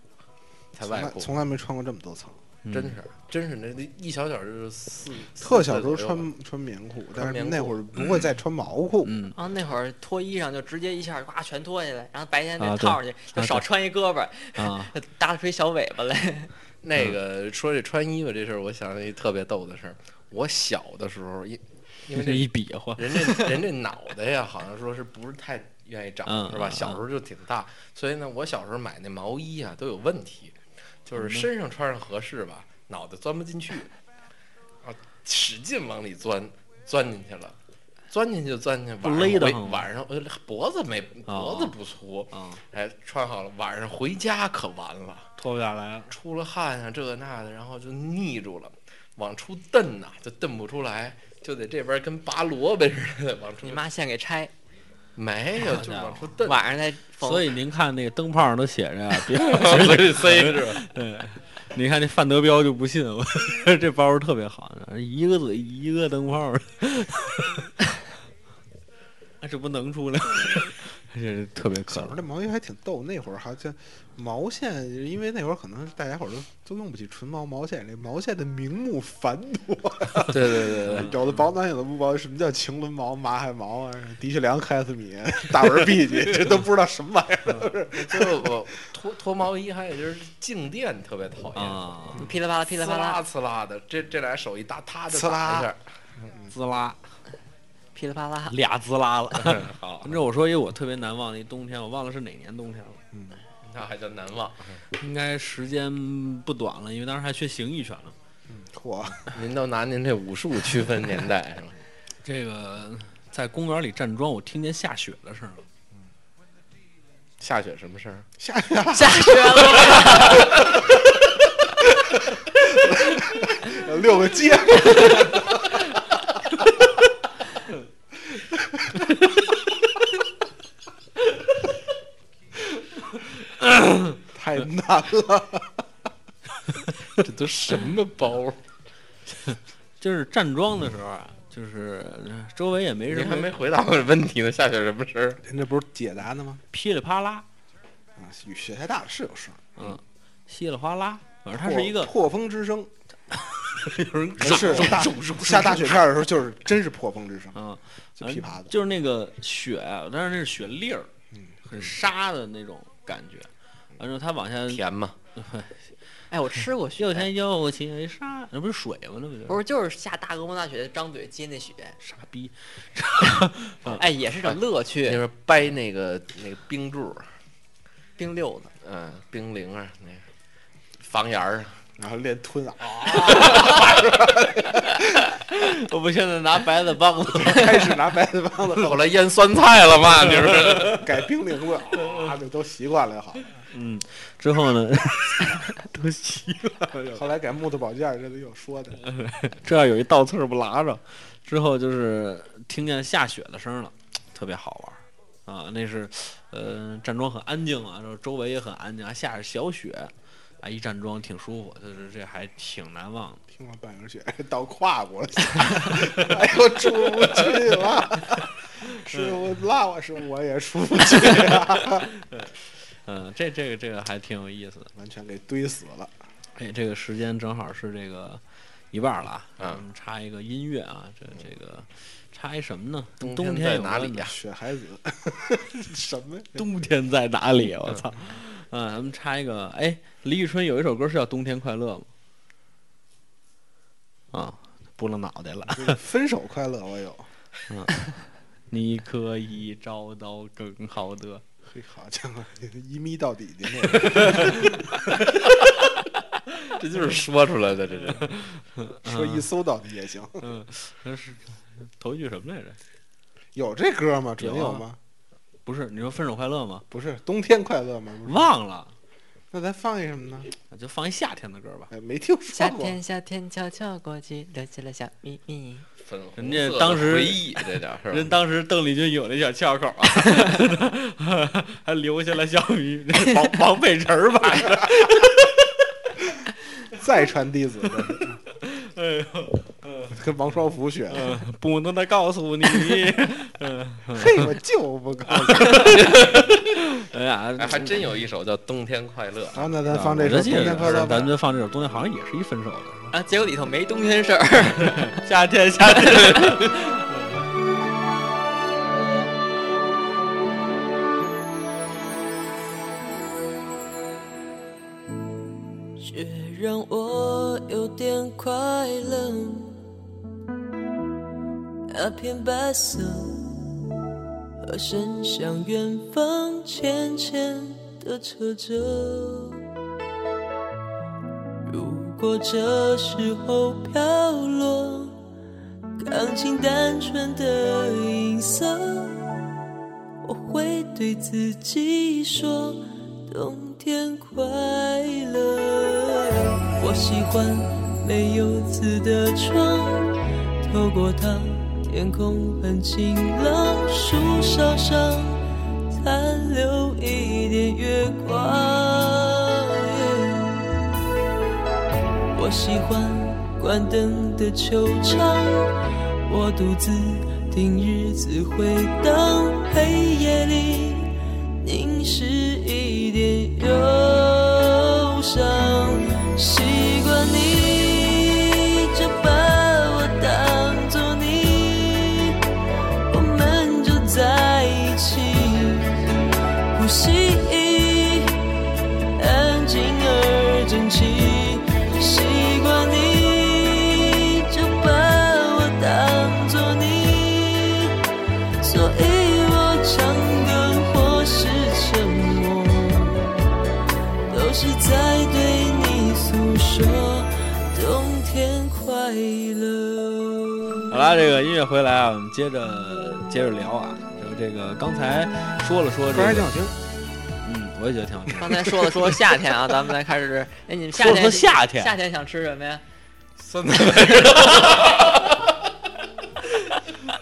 才从外来裤，从来没穿过这么多层。嗯真是真是那那一小脚就是四，特四小岁时候左右吧穿穿棉裤，但是棉那裤会儿不会再穿毛裤，嗯，然后那会儿脱衣裳就直接一下呱全脱下来，然后白天啊再对套上去，就啊少对穿一胳膊儿，嗯啊，就搭出一小尾巴来。 [laughs] 嗯那个说这穿衣服这事儿，我想起一特别逗的事儿。我小的时候，因因为这这一比划，人家人这脑袋呀，好像说是不是太愿意嗯长，是吧？嗯小时候就挺大，所以呢，我小时候买那毛衣啊都有问题，嗯就是身上穿上合适吧，脑袋钻不进去，啊，使劲往里钻，钻进去了。钻进去就钻进去，不晚上勒得回慌吗晚上呃脖子没脖子不粗，啊，哎穿好了，晚上回家可完了。脱不下来了。出了汗啊，这个那的，然后就腻住了，往出蹬呐、就蹬不出来，就得这边跟拔萝卜似的往出你。妈现给拆，没有，就是往出蹬，晚上再缝。所以您看那个灯泡上都写着啊，别往 [laughs] 嘴里塞是吧？对，你看那范德彪就不信， [laughs] 我这包儿特别好，一个嘴一 [laughs] 个灯泡儿，那这不能出来？ [laughs] 这是特别可小时候这毛衣还挺逗，那会儿好像毛线，因为那会儿可能大家伙儿都都用不起纯毛毛线，这毛线的名目繁多，对对对嗯对，有的保暖，有的不保暖。什么叫晴纶毛、马海毛啊？的确良、开司米、大文 [laughs] B 级，这都不知道什么玩意儿。最后我脱脱毛衣，还有就是静电特别讨厌，啊，噼里啪啦噼里啪啦呲啦呲啦的，这这俩手一搭，啪就呲啦打一下，滋啦噼里啪啦，俩滋啦了。 [laughs] 好，你知道我说一我特别难忘的一冬天，我忘了是哪年冬天了，嗯， [laughs] 那还叫难忘。应该时间不短了，因为当时还学形意拳呢。嗯嚯，您都拿您这武术区分年代是吧？这个在公园里站桩，我听见下雪的声儿了。下雪什么声儿？下去啊！下雪了，六个啊街，太难了。 [laughs] 这都什么包？就是站桩的时候啊，就是呃周围也没什您还么没回答我的问题呢，下雪什么声儿？您这不是解答呢吗？噼里啪啦，啊，雨雪太大了是有声儿，嗯，稀里哗啦，反正它是一个破破风之声，有人是大下大雪片儿的时候，就是真是破风之声，啊，就噼啪的。就是那个雪啊，但是那是雪粒儿，嗯很沙的那种感觉。完之后它往下，甜吗？ [laughs] 哎，我吃过雪又，天又起沙，那不是水吗？那不就不是就是下大鹅毛大雪，张嘴接那雪，傻逼？哎，也是种乐那趣。边掰那个那个冰柱儿，冰溜子，嗯，冰凌啊，那个房檐儿啊，然后练吞啊， [laughs] 我不现在拿白的棒子， [laughs] 开始拿白菜帮子后来腌酸菜 [laughs] 了嘛，你说？ [laughs] 改冰凌了啊，这都习惯了也好。嗯，之后 [laughs] 呢，都稀后来改木头宝剑儿，这都有说的。这要有一倒刺儿不拉着，之后就是听见下雪的声儿了，特别好玩儿。啊，那是，呃，站桩很安静啊，然后周围也很安静，还下着小雪，啊，一站桩挺舒服，就是这还挺难忘的。听了半个雪，倒胯骨了， [laughs] 哎呦，出不去了，师傅拉我，师傅我也出不去了， [laughs] 嗯，这这个这个还挺有意思的。完全给堆死了。哎，这个时间正好是这个一半儿了啊，嗯咱们插一个音乐啊，这这个插一什么呢？冬冬天在有哪关里的呀雪孩子， [laughs] 什么呀？冬天在哪里？啊我操！嗯，咱们插一个，哎，李宇春有一首歌是叫《冬天快乐》吗？啊，拨了脑袋了。 [laughs] 分手快乐我有，你可以找到更好的。嘿，好家伙，一咪到底的那个，这就是说出来的，这是说一搜到底也行。嗯，那是头一句什么来着？有这歌吗？有准啊有吗？不是，你说分手快乐吗？不是冬天快乐吗？不是忘了，那咱放一什么呢？就放一夏天的歌吧。哎，没听说夏过。天夏天悄悄过去，留下了小秘密。粉红色人的家当时回忆，这点儿是人吧？当时邓丽君有那小窍口啊， [laughs] 还留下了小米王王佩臣儿吧？再传弟子，哎呦，跟王双福学的。嗯不能再告诉你，嗯 [laughs] 嘿，我就 [laughs] 不告诉你。哎呀哎，，还真有一首叫《冬天快乐》，好，那咱放这首我《记冬得天快乐》吧咱。们放这首东西好像也是一分手的，是吧？啊，结果里头没冬天事儿。夏天，夏天。雪让我有点快乐，那片白色和伸向远方，浅浅的扯着。如果这时候飘落，钢琴单纯的音色，我会对自己说。冬天快乐。我喜欢没有字的窗，透过它，天空很晴朗，树梢上残留一点月光。我喜欢关灯的球场，我独自听日子回荡，黑夜里是一点忧伤，习惯你就把我当作你，我们就在一起，呼吸。安静而整齐，习惯你就把我当作你，所以我唱歌或是沉默，都是在对你诉说冬天快乐。好啦，这个音乐回来啊，我们接着接着聊啊。然后这个刚才说了说这歌还挺个好，听。嗯，我也觉得挺好听。刚才说了说夏天啊，咱们再开始。哎，你们夏说天了说夏天夏天想吃什么呀？酸奶味儿。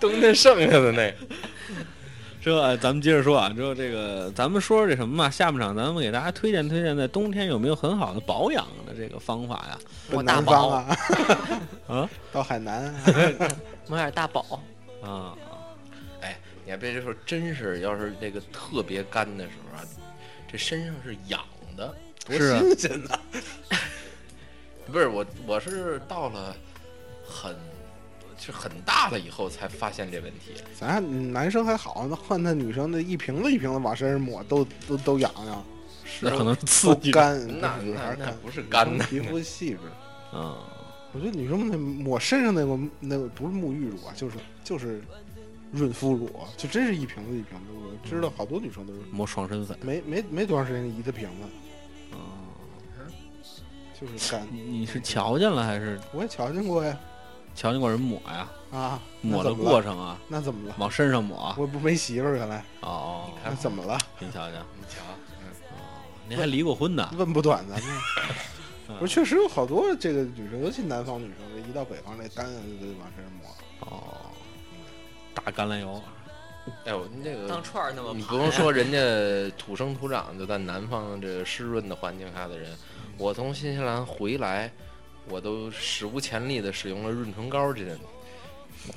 冬天剩下的那个，之后呃咱们接着说啊，之后这个咱们说说这什么嘛，下半场咱们给大家推荐推荐，在冬天有没有很好的保养的这个方法呀？抹奔大南方宝， [laughs] 啊，啊 [laughs] 到海南啊， [laughs] 抹点大宝。啊，哎，你还别这说，真是要是这个特别干的时候啊，这身上是痒的，多是啊新鲜呐！不是我，我是到了很是很大了以后才发现这问题。咱男生还好，那换那女生那一瓶子一瓶子往身上抹，都都都痒痒，那可能是刺都激的干，那主要那是那干，不是干的，皮肤细致。啊。我觉得女生那抹身上那个那个不是沐浴乳啊，就是就是润肤乳，啊就真是一瓶子一瓶子。我知道好多女生都是抹爽身粉，没没没多长时间一个瓶子，啊，就是干。你你是瞧见了还是我也瞧见过呀，瞧见过人抹呀？啊，抹的那怎么了过程啊，那怎么了？往身上抹。我不没媳妇儿，原来哦，那怎么了？你瞧瞧，你瞧，嗯您还离过婚呢？问 [laughs] 不短咱们。嗯不是，确实有好多这个女生，尤其南方女生，这一到北方这单就得往身上抹。哦，大橄榄油，哎呦，你这个当串儿那么你盘不用说，人家土生土长就在南方这湿润的环境下的人，我从新西兰回来，我都史无前例的使用了润唇膏这件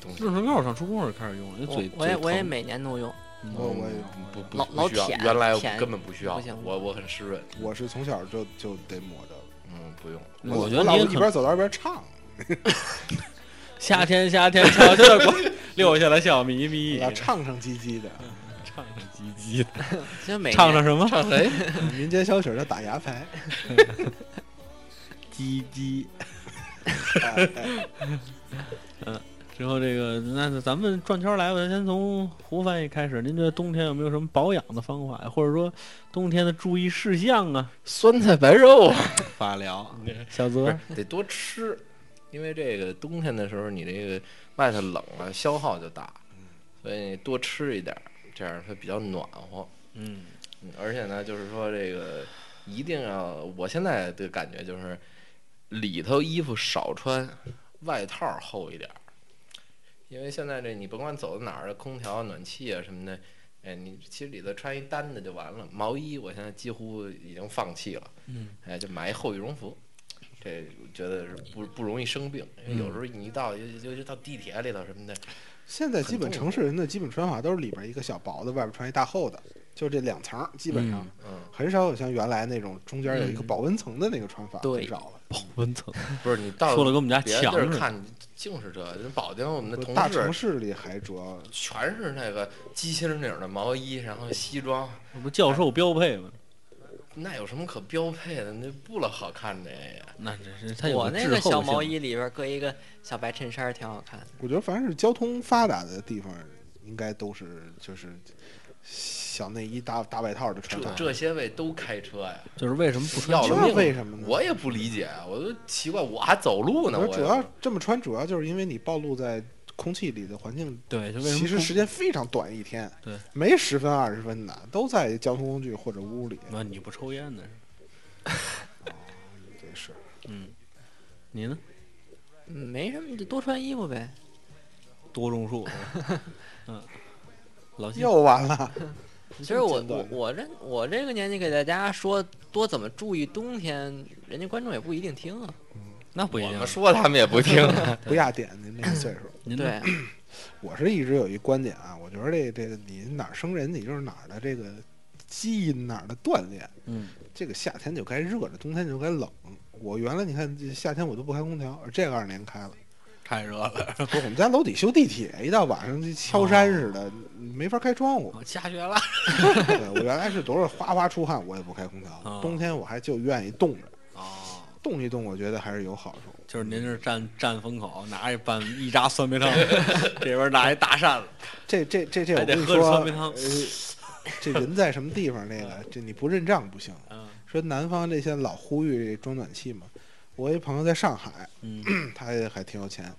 东西。润唇膏上初中时候开始用，那我嘴我也我也没每年都用，嗯我我也有，不不老不需要老舔原来我舔根本不需要不行，我我很湿润，我是从小就就得抹这个。嗯，不用。 [laughs] 我觉得老您 [laughs] 一边走到一边唱，夏天夏天 [laughs] 悄悄过， [laughs] 溜下了笑眯眯，老唱唱唧 [laughs] 唧的。唱上唧唧的，其实每唱上年什么？唱谁？民间小曲儿叫打牙牌，唧唧。哎哎之后这个，那咱们转圈儿来吧，先从胡翻译开始。您觉得冬天有没有什么保养的方法呀，或者说冬天的注意事项啊？酸菜白肉啊，法疗，小不是泽，得多吃，因为这个冬天的时候你这个外头冷啊，消耗就大，所以你多吃一点儿，这样它比较暖和。嗯，嗯，而且呢，就是说这个一定要，我现在的感觉就是里头衣服少穿，外套儿厚一点儿，因为现在这你甭管走到哪儿，空调、暖气啊什么的，哎，你其实里头穿一单的就完了。毛衣我现在几乎已经放弃了，嗯，哎，就买一厚羽绒服。这我觉得是不不容易生病，嗯有时候你一到尤尤其到地铁里头什么的，现在基本城市人的基本穿法都是里边一个小薄的，外边穿一大厚的，就这两层儿，基本上嗯嗯，很少有像原来那种中间有一个嗯保温层的那个穿法，对很少了。保温层，嗯不是你到说的跟我们家别的墙地儿似的。看，净是这，人保定我们的同大事城市里还主要全是那个鸡心儿领的毛衣，然后西装，那不教授标配吗？那有什么可标配的？那不老好看的呀！那真是他有我那滞个后小毛性，衣里边搁一个小白衬衫，挺好看的。我觉得凡是交通发达的地方，应该都是就是小内衣大大外套的穿这法。这些位都开车呀，就是为什么不穿要这了命！为什么呢我也不理解，啊我都奇怪，我还走路呢，我我主要这么穿，主要就是因为你暴露在空气里的环境，对，就为什么其实不时间非常短，一天对没十分二十分的，都在交通工具或者屋里。那你不抽烟呢？对，是你呢？嗯，没什么，你就多穿衣服呗。多种树， [laughs] 嗯，老金又完了。其实我简短我我这我这个年纪给大家说多怎么注意冬天，人家观众也不一定听啊。那不一我定们。说他们也不 [laughs] 听。不压点您这个岁数。您呢对，啊我是一直有一观点啊，我觉得这这个你哪儿生人，你就是哪儿的这个基因那儿的锻炼。嗯，这个夏天就该热着，冬天就该冷。我原来你看这夏天我都不开空调，而这个二年开了。太热了，不是我们家楼底修地铁，一到晚上就敲山似的，没法开窗户。哦下雪了。对我原来是多少哗哗出汗，我也不开空调。哦冬天我还就愿意冻着，哦，冻一冻，我觉得还是有好处。就是您这站站风口，拿一半一扎酸 [laughs] 梅汤，这边拿一大扇子，这这这这，还我得跟你喝着说，酸梅汤呃。这人在什么地方？那个这你不认账不行。嗯说南方这些老呼吁装暖气嘛，我一朋友在上海，嗯 [clears throat] 他也还挺有钱，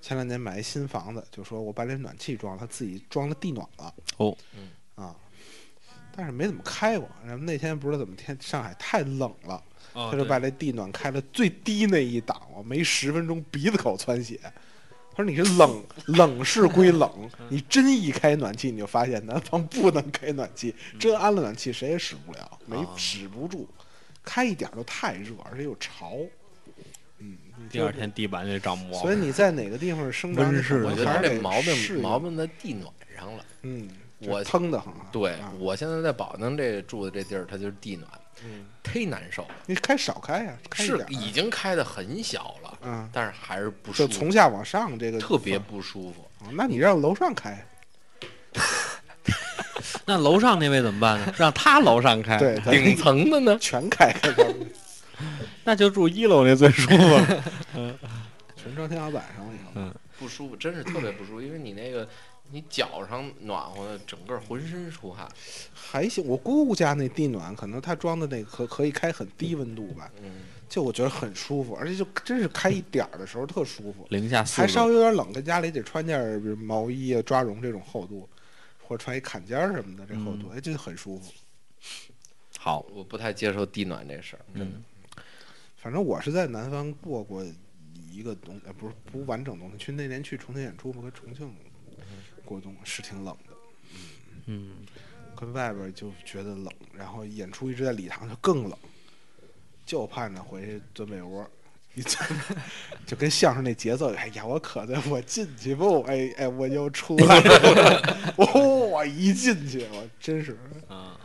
前两年买一新房子，就说我把这暖气装了，他自己装了地暖了。哦，嗯啊，但是没怎么开过。然后那天不知道怎么天上海太冷了，哦他就把这地暖开了最低那一档，我没十分钟鼻子口窜血。他说：“你是 [laughs] 冷冷是归冷，嗯你真一开暖气，你就发现南方不能开暖气，嗯 [laughs] 真安了暖气谁也使不了，没啊使不住，开一点儿都太热，而且又潮。”嗯，你第说二天地板就长毛，所以你在哪个地方生长，温室啊你我可觉能还得是这得毛适病应毛，病在地暖上了。嗯，就我腾的很啊。对啊，我现在在保定这住的这地儿，它就是地暖，忒难受了。你开少开呀，开一是点已儿，经嗯开的很小了，嗯但是还是不就舒从服，下往上这个特别不舒 [laughs] 服。啊那你让楼上开，那楼上那位怎么办呢？让他楼上开，对，咱顶层的呢，全开开到那就住一楼那最舒服了。全装天花板上了以后，不舒服，真是特别不舒服，因为你那个你脚上暖和，整个浑身出汗。还行。我姑姑家那地暖，可能她装的那个可可以开很低温度吧，嗯，就我觉得很舒服，而且就真是开一点儿的时候特舒服，零下四还稍度，微有点冷，在家里得穿件儿比如毛衣啊、抓绒这种厚度，或者穿一坎肩儿什么的，这厚度哎，就很舒服。好，我不太接受地暖这事儿，真的。嗯反正我是在南方过过一个冬，呃，不是不完整冬天，去那年去重庆演出嘛，跟重庆过冬是挺冷的，嗯，跟外边就觉得冷，然后演出一直在礼堂就更冷，就盼着回去钻被窝。一钻就跟相声那节奏，哎呀，我可的，我进去不，哎哎，我就出来了， [laughs] 我、我一进去，我真是啊，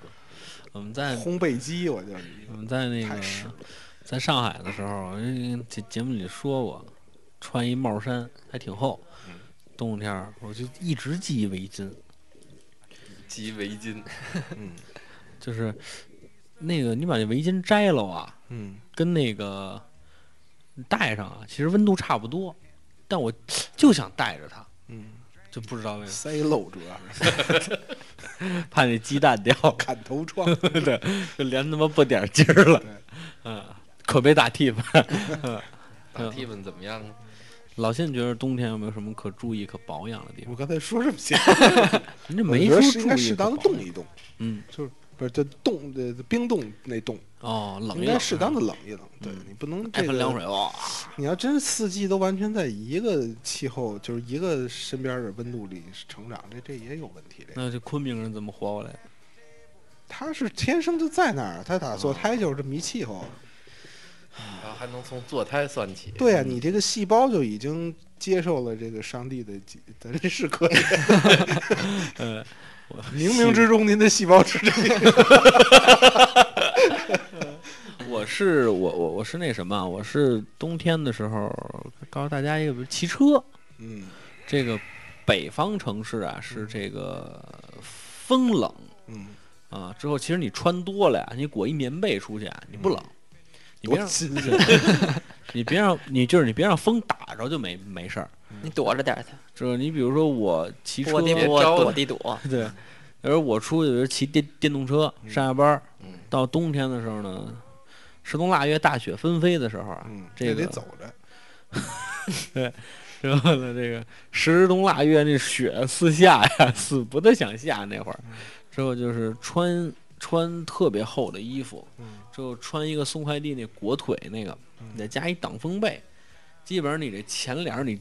我们在烘焙机，我就是一我个们在那太个湿了在上海的时候，因为节节目里说过，穿一帽衫还挺厚，冬天儿我就一直系围巾，系围巾，就是那个你把那围巾摘了啊，嗯，跟那个戴上啊，其实温度差不多，但我就想戴着它，嗯，就不知道为什塞漏主要是么，怕那鸡蛋掉， [laughs] 砍头窗。对，就连他妈不点儿劲儿了，嗯，可被打 tip。打地方怎么样？老信觉得冬天有没有什么可注意、可保养的地方我？刚才说这么些，您这我 [laughs] 没说觉注得是意，应该适当的动一动，嗯，就是不是这冻的冰冻那冻，哦，冷一应冷嗯该适当的冷一冷。对你不能爱这喷凉水啊个，哇，你要真四季都完全在一个气候，就是一个身边的温度里成长，这这也有问题。这个那这昆明人怎么活过来的？他是天生就在那儿，他打哦坐胎就是这么一气嗯候。然后还能从坐胎算起。对嗯啊，你这个细胞就已经接受了这个上帝的几，咱这是科学， [laughs] 呃，冥冥之中您的细胞是这样。我是我我我是那什么啊，我是冬天的时候告诉大家一个，比如骑车，嗯这个北方城市啊是这个风冷嗯，啊，之后其实你穿多了呀，你裹一棉被出去啊，你不冷，你别嗯多让 [laughs] 新鲜。你别让你就是你别让风打着就没没事儿，你躲着点儿它，就是你比如说我骑车窝地别窝，招躲它地躲。对，而我出去有时候骑电电动车上下班儿，嗯到冬天的时候呢，十冬腊月大雪纷飞的时候啊，嗯，这个得走着。然 [laughs] 后呢，这个十冬腊月那雪四下呀， [laughs] 死不得想下那会儿，嗯之后就是穿穿特别厚的衣服，嗯之后穿一个送快递那裹腿那个，你再加一挡风被，基本上你这前脸儿你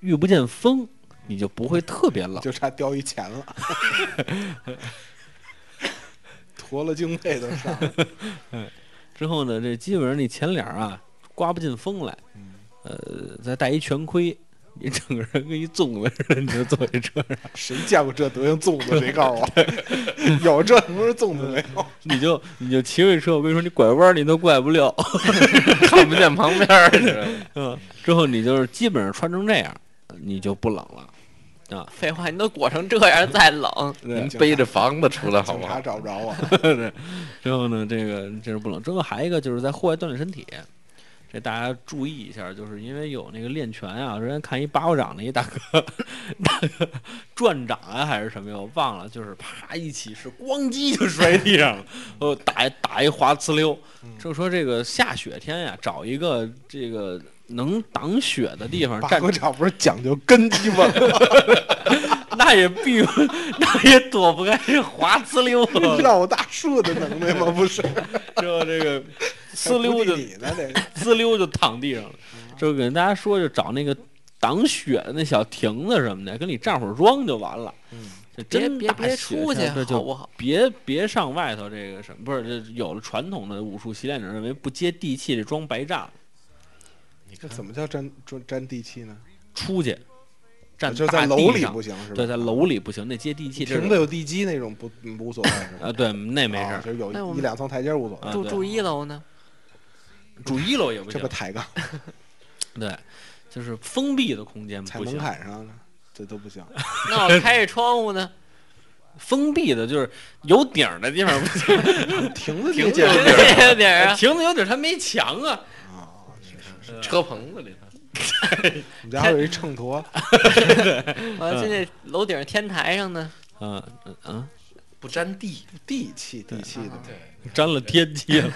遇不见风，你就不会特别冷。就差叼一钱了，驼了经费都上了。之后呢，这基本上你前脸儿啊刮不进风来，呃，再戴一全盔，你整个人跟一粽子似的，你就坐这车上，谁见过这德行粽子？谁告诉我？ [laughs] 有这能是粽子没有？你就你就骑回车，我跟你说，你拐弯你都拐不了。 [laughs] [laughs] 看不见旁边儿的。嗯，之后你就是基本上穿成这样，你就不冷了。废话，你都裹成这样再冷，嗯对，警 [laughs] 察背着房子出来好警不察好？找不着啊 [laughs] 我。对之后呢，这个这是不冷。之后还一个就是在户外锻炼身体，这大家注意一下，就是因为有那个练拳啊，之前看一八卦掌的一大哥，大哥转掌啊还是什么呀，我忘了，就是啪一起是咣叽就摔地上了，哦，打一打一滑呲溜。嗯就说这个下雪天呀、找一个这个能挡雪的地方八站卦掌不是讲究根基 [laughs] 吗？那也避， [laughs] 那也躲不开这滑呲溜 [laughs] 啊。绕大树的能耐吗？ [laughs] 不是，之后这个呲溜就还不理你呢， [laughs] 这滋溜就躺地上了。就给大家说，就找那个挡雪的那小亭子什么的，跟里站会儿桩就完了。嗯，这 [laughs] 别真别打雪别出去天这好不就好？别别上外头这个什么，不是这有了传统的武术习练者认为不接地气这桩白站，这怎么叫沾沾沾地气呢？出去站就是在大楼地里上不行是吧？对，在楼里不行，那接地气这亭子有地基那种不嗯无所谓是吧？啊，对，那没事啊儿。就是那我有一们两层台阶儿无所谓。啊住对住一 [laughs] 楼呢？住一楼也不这行不，抬杠，对，就是封闭的空间踩嗯不门行。槛上呢，这都不行。那我开着窗 [laughs] 户呢？封闭的就是有顶儿的地 [laughs] 方不行，亭子亭这子有地建筑儿这有点儿啊，亭子有顶儿，它没墙啊。啊，是是是车棚子里头，我们家还有一秤砣，我要去那楼顶天台上呢。嗯嗯嗯，不沾地。地气地气的，对，沾了天气了。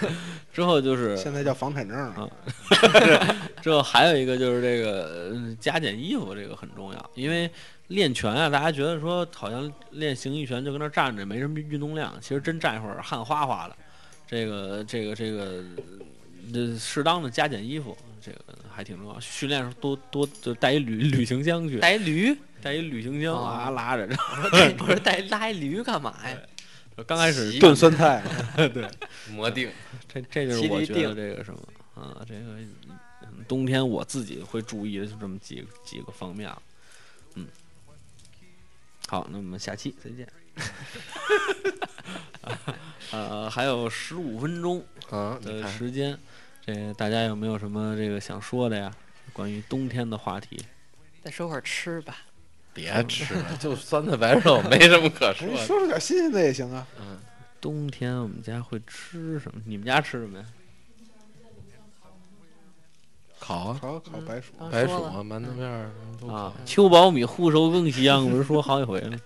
之后就是，现在叫房产证儿啊之后还有一个就是这个呃加减衣服，这个很重要，因为练拳啊，大家觉得说好像练形意拳就跟那儿站着没什么运动量，其实真站一会儿汗哗哗的。这个这个这个，这适当的加减衣服，这个还挺重要。训练时候多多就带一旅旅行箱去，逮 [laughs] 驴，带一旅行箱哦啊拉着。 [laughs] 然后我说我说带拉一驴干嘛呀？刚开始炖酸菜，磨腚。这这就是骑我驴觉得定这个什么啊，这个嗯冬天我自己会注意的就这么几个几个方面了。嗯，好，那我们下期再见。 [laughs] 呃，还有十五分钟嗯，你的看，时间，这大家有没有什么这个想说的呀？关于冬天的话题，再说会儿吃吧。别吃了，就酸菜白肉，没什么可说人的。说出点新鲜的也行啊。冬天我们家会吃什么？你们家吃什么呀？烤啊，烤烤白薯，刚白薯说啊，了，馒头面儿都啊烤。，秋苞米烀熟更香，不是说好几回了吗？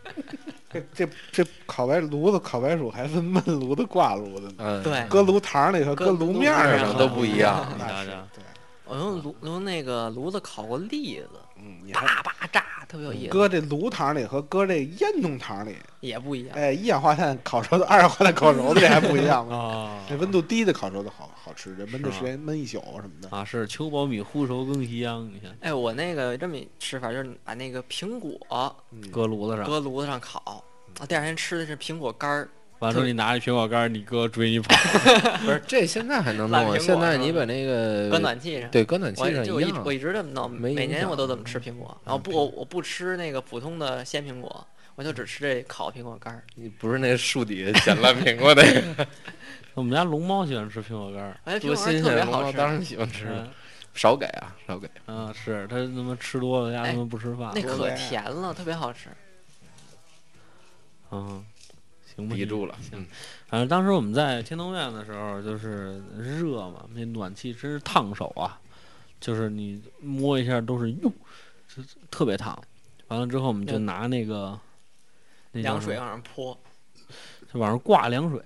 这这这烤白炉子烤白薯还分焖炉子、挂炉子呢，嗯，对搁炉膛里和搁搁炉面儿炉面上上都不一样啊那 [laughs] 你瞧是瞧对，我用炉用那个炉子烤过栗子，嗯，你还大巴炸，特别有意思，搁这炉膛里和搁这烟囱膛里，也不一样。哎，一氧化碳烤熟的、二氧化碳烤熟的这还不一 [laughs] 样吗？啊这温度低的烤熟的好好吃，这焖是的吗时间焖一宿什么的。啊，是秋苞米烀熟更香，你看哎，我那个这么一吃法就是把那个苹果嗯搁炉子上。搁炉子上烤，嗯啊，第二天吃的是苹果干儿，完了，你拿着苹果干儿，你哥追你跑。不是这现在还能烂弄啊？苹现果在是吧你把那个搁暖气上。对搁暖气我上就我一一样我一直这么弄，没每影年响我嗯都这么吃苹果，然后不我我不吃那个普通的鲜苹果，我就只吃这烤苹果干儿。你不是那树底下捡烂苹果那个， [laughs] 我们家龙猫喜欢吃苹果干儿，哎，苹多新果干儿特鲜！别龙好猫吃，当然喜欢吃了，嗯少给啊，少给。嗯，是它他妈吃多了，家他妈不吃饭哎那。多可呗甜了，特别好吃。嗯，行吧，抵住了，行嗯，反正当时我们在天通苑的时候，就是热嘛，那暖气真是烫手啊，就是你摸一下都是哟，就特别烫。完了之后，我们就嗯拿那个那叫凉什水么往上泼，就往上挂凉水，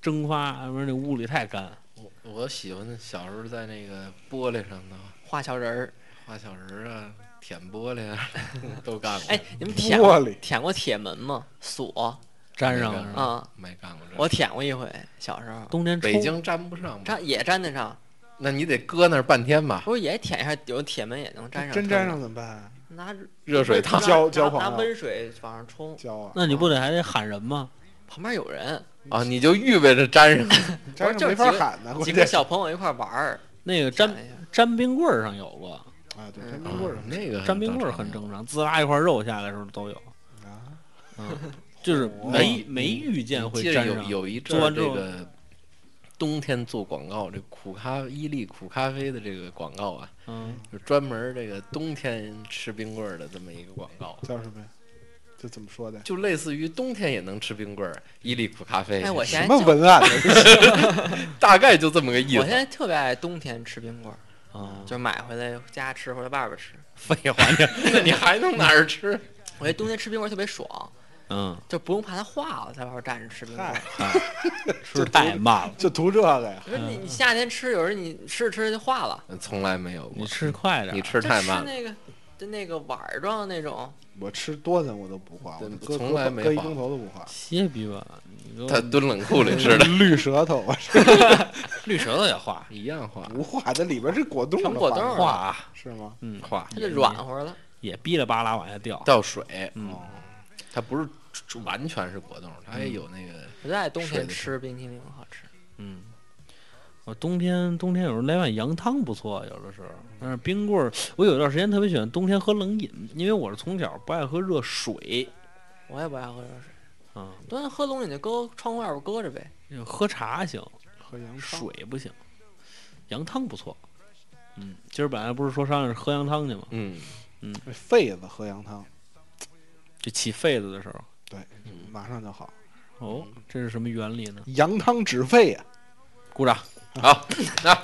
蒸发，要不然那屋里太干。我我喜欢小时候在那个玻璃上头画小 [laughs] 人儿。画小人儿啊，舔玻璃啊， [laughs] 都干过。哎，你们舔玻过璃舔过铁门吗？锁粘上那了个是吧，啊，没干过这。我舔过一回，小时候冬天抽北京粘不上吧，粘也粘得上，那你得搁那儿半天吧，不是也舔一下，有铁门也能粘上。真粘上，怎么办啊？拿热水烫拿。浇浇拿黄拿了温水往上冲，浇啊，那你不得还得喊人吗？旁边有人，啊，你就预备着粘上。粘上就是没几法个喊呢，几关个键小朋友一块儿玩儿，那个粘粘粘冰棍儿上有过，啊，对，嗯他冰棍儿什么的那个沾冰棍儿很正常，滋啦一块肉下来的时候都有，啊，嗯，就是没没遇见会哦记沾得上有。有一做阵儿完之这后个冬天做广告，这苦咖伊利苦咖啡的这个广告啊，嗯，就专门儿这个冬天吃冰棍儿的这么一个广告，叫什么呀？这怎么说的？就类似于冬天也能吃冰棍儿，伊利苦咖啡。哎，我什现在么就文案啊？大概就这么个意我现思。在特别爱冬天吃冰棍儿，啊，就买回来家吃或者外边吃。废话， [laughs] 你你还能哪儿 [laughs] 吃？我觉得冬天吃冰棍儿特别爽，嗯，就不用怕它化了，在外边站着吃冰棍儿。吃太慢了，啊就图这个呀？你说你你夏天吃，有时候你吃着吃着就化了，呃从来没有你过，吃快点儿，你吃就太吃慢了。那个就那个碗儿状的那种，我吃多的我都不化，我对都搁从来搁没搁一化钟头都不化。歇逼吧，你都他蹲冷库里吃的，绿舌头，我是绿舌头也化 [laughs] 一样化不化，这里边是果冻的成果冻化化啊，是吗？ [laughs] 嗯，化它就软和了。也逼了巴拉往下掉，倒水，嗯，它不是完全是果冻，它也有那个我就爱冬水天的吃冰淇淋，好吃。嗯，我冬天冬天有时候来碗羊汤不错，有的时候。但是冰棍儿，我有段时间特别喜欢冬天喝冷饮，因为我是从小不爱喝热水我也不爱喝热水，啊，冬天喝冷饮就搁窗户外边搁着呗。就喝茶行，喝羊汤水不行。羊汤不错，嗯，今儿本来不是说商量着喝羊汤去吗？嗯，痱子喝羊汤，就起痱子的时候，对，嗯马上就好。哦，这是什么原理呢？羊汤止啊沸呀，鼓掌，好，那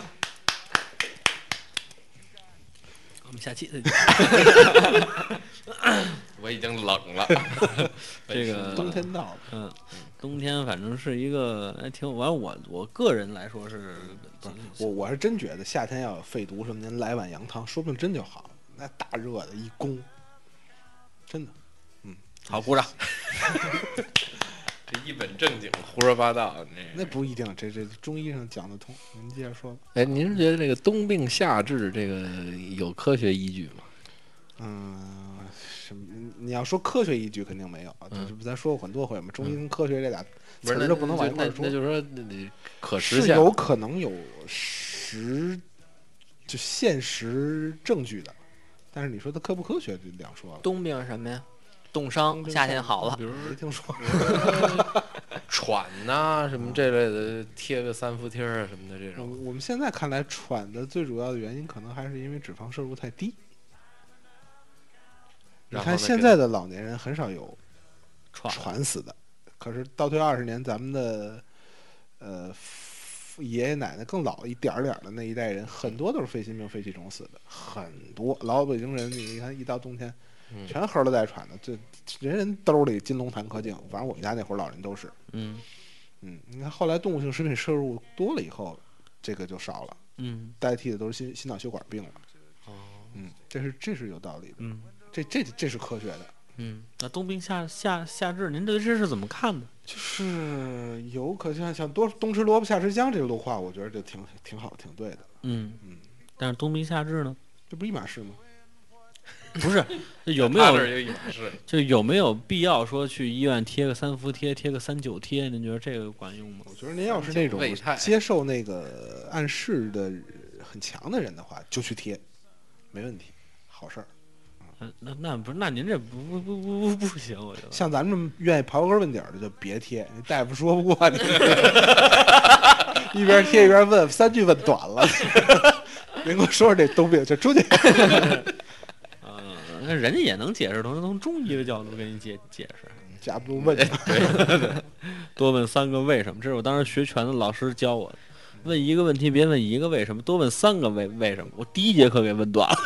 我们下期再见。 [laughs] 我已经冷 [laughs] 了。这呃个冬天到了，嗯，冬天反正是一个哎挺完我我个人来说是，我我是真觉得夏天要有肺毒什么，您来碗羊汤，说不定真就好了。那大热的一攻，真的。好鼓掌， [laughs] 这一本正经胡说八道，那那不一定，这这中医上讲得通。您接着说吧。哎，您是觉得这个冬病夏治这个有科学依据吗？嗯，什么？你要说科学依据肯定没有，啊嗯这不咱说过很多回吗？中医跟科学这俩词那儿都不能往一块那儿说那。就说那那可实是现有可能有实就现实证据的，但是你说它科不科学就两说了。冬病是什么呀？冻伤，夏天好了。比如 [laughs] 没听说，喘呐、什么这类的，贴个三伏贴儿啊什么的这我种。我们现在看来喘的最主要的原因，可能还是因为脂肪摄入太低。你然后看呢现在的老年人很少有喘喘死的，可是倒退二十年，咱们的呃爷爷奶奶更老一点儿点儿的那一代人，很多都是肺心病、肺气肿死的，很多老北京人，你看一到冬天嗯，全荷了带喘的，这人人兜里金龙潭柯镜，反正我们家那会儿老人都是，嗯嗯，你看后来动物性食品摄入多了以后，这个就少了，嗯代替的都是心心脑血管病了。哦，嗯，这是这是有道理的，嗯这这这是科学的。嗯，那冬病夏夏夏治，您对这事怎么看呢？就是有可像像多冬吃萝卜夏吃姜这个路话，我觉得就挺挺好，挺对的。嗯嗯，但是冬病夏治呢？这不一码事吗？不是，就有没他有这儿嗯有一码事？就有没有必要说去医院贴个三伏贴、贴个三九贴？您觉得这个管用吗？我觉得您要是那种胃泰接受那个暗示的很强的人的话，就去贴，没问题，好事儿。嗯那那不是，那您这不不不不不不行，我觉得。像咱们这么愿意刨根问底儿的，就别贴，那大夫说不过你，一边贴一边问，三句问短了。 [laughs] 您给我说说这冬病，就出去。 [laughs] 嗯，那人家也能解释，从从中医的角度给你解解释。架不住问你，多问三个为什么，这是我当时学拳的老师教我的。问一个问题，别问一个为什么，多问三个为为什么。我第一节课给问断了。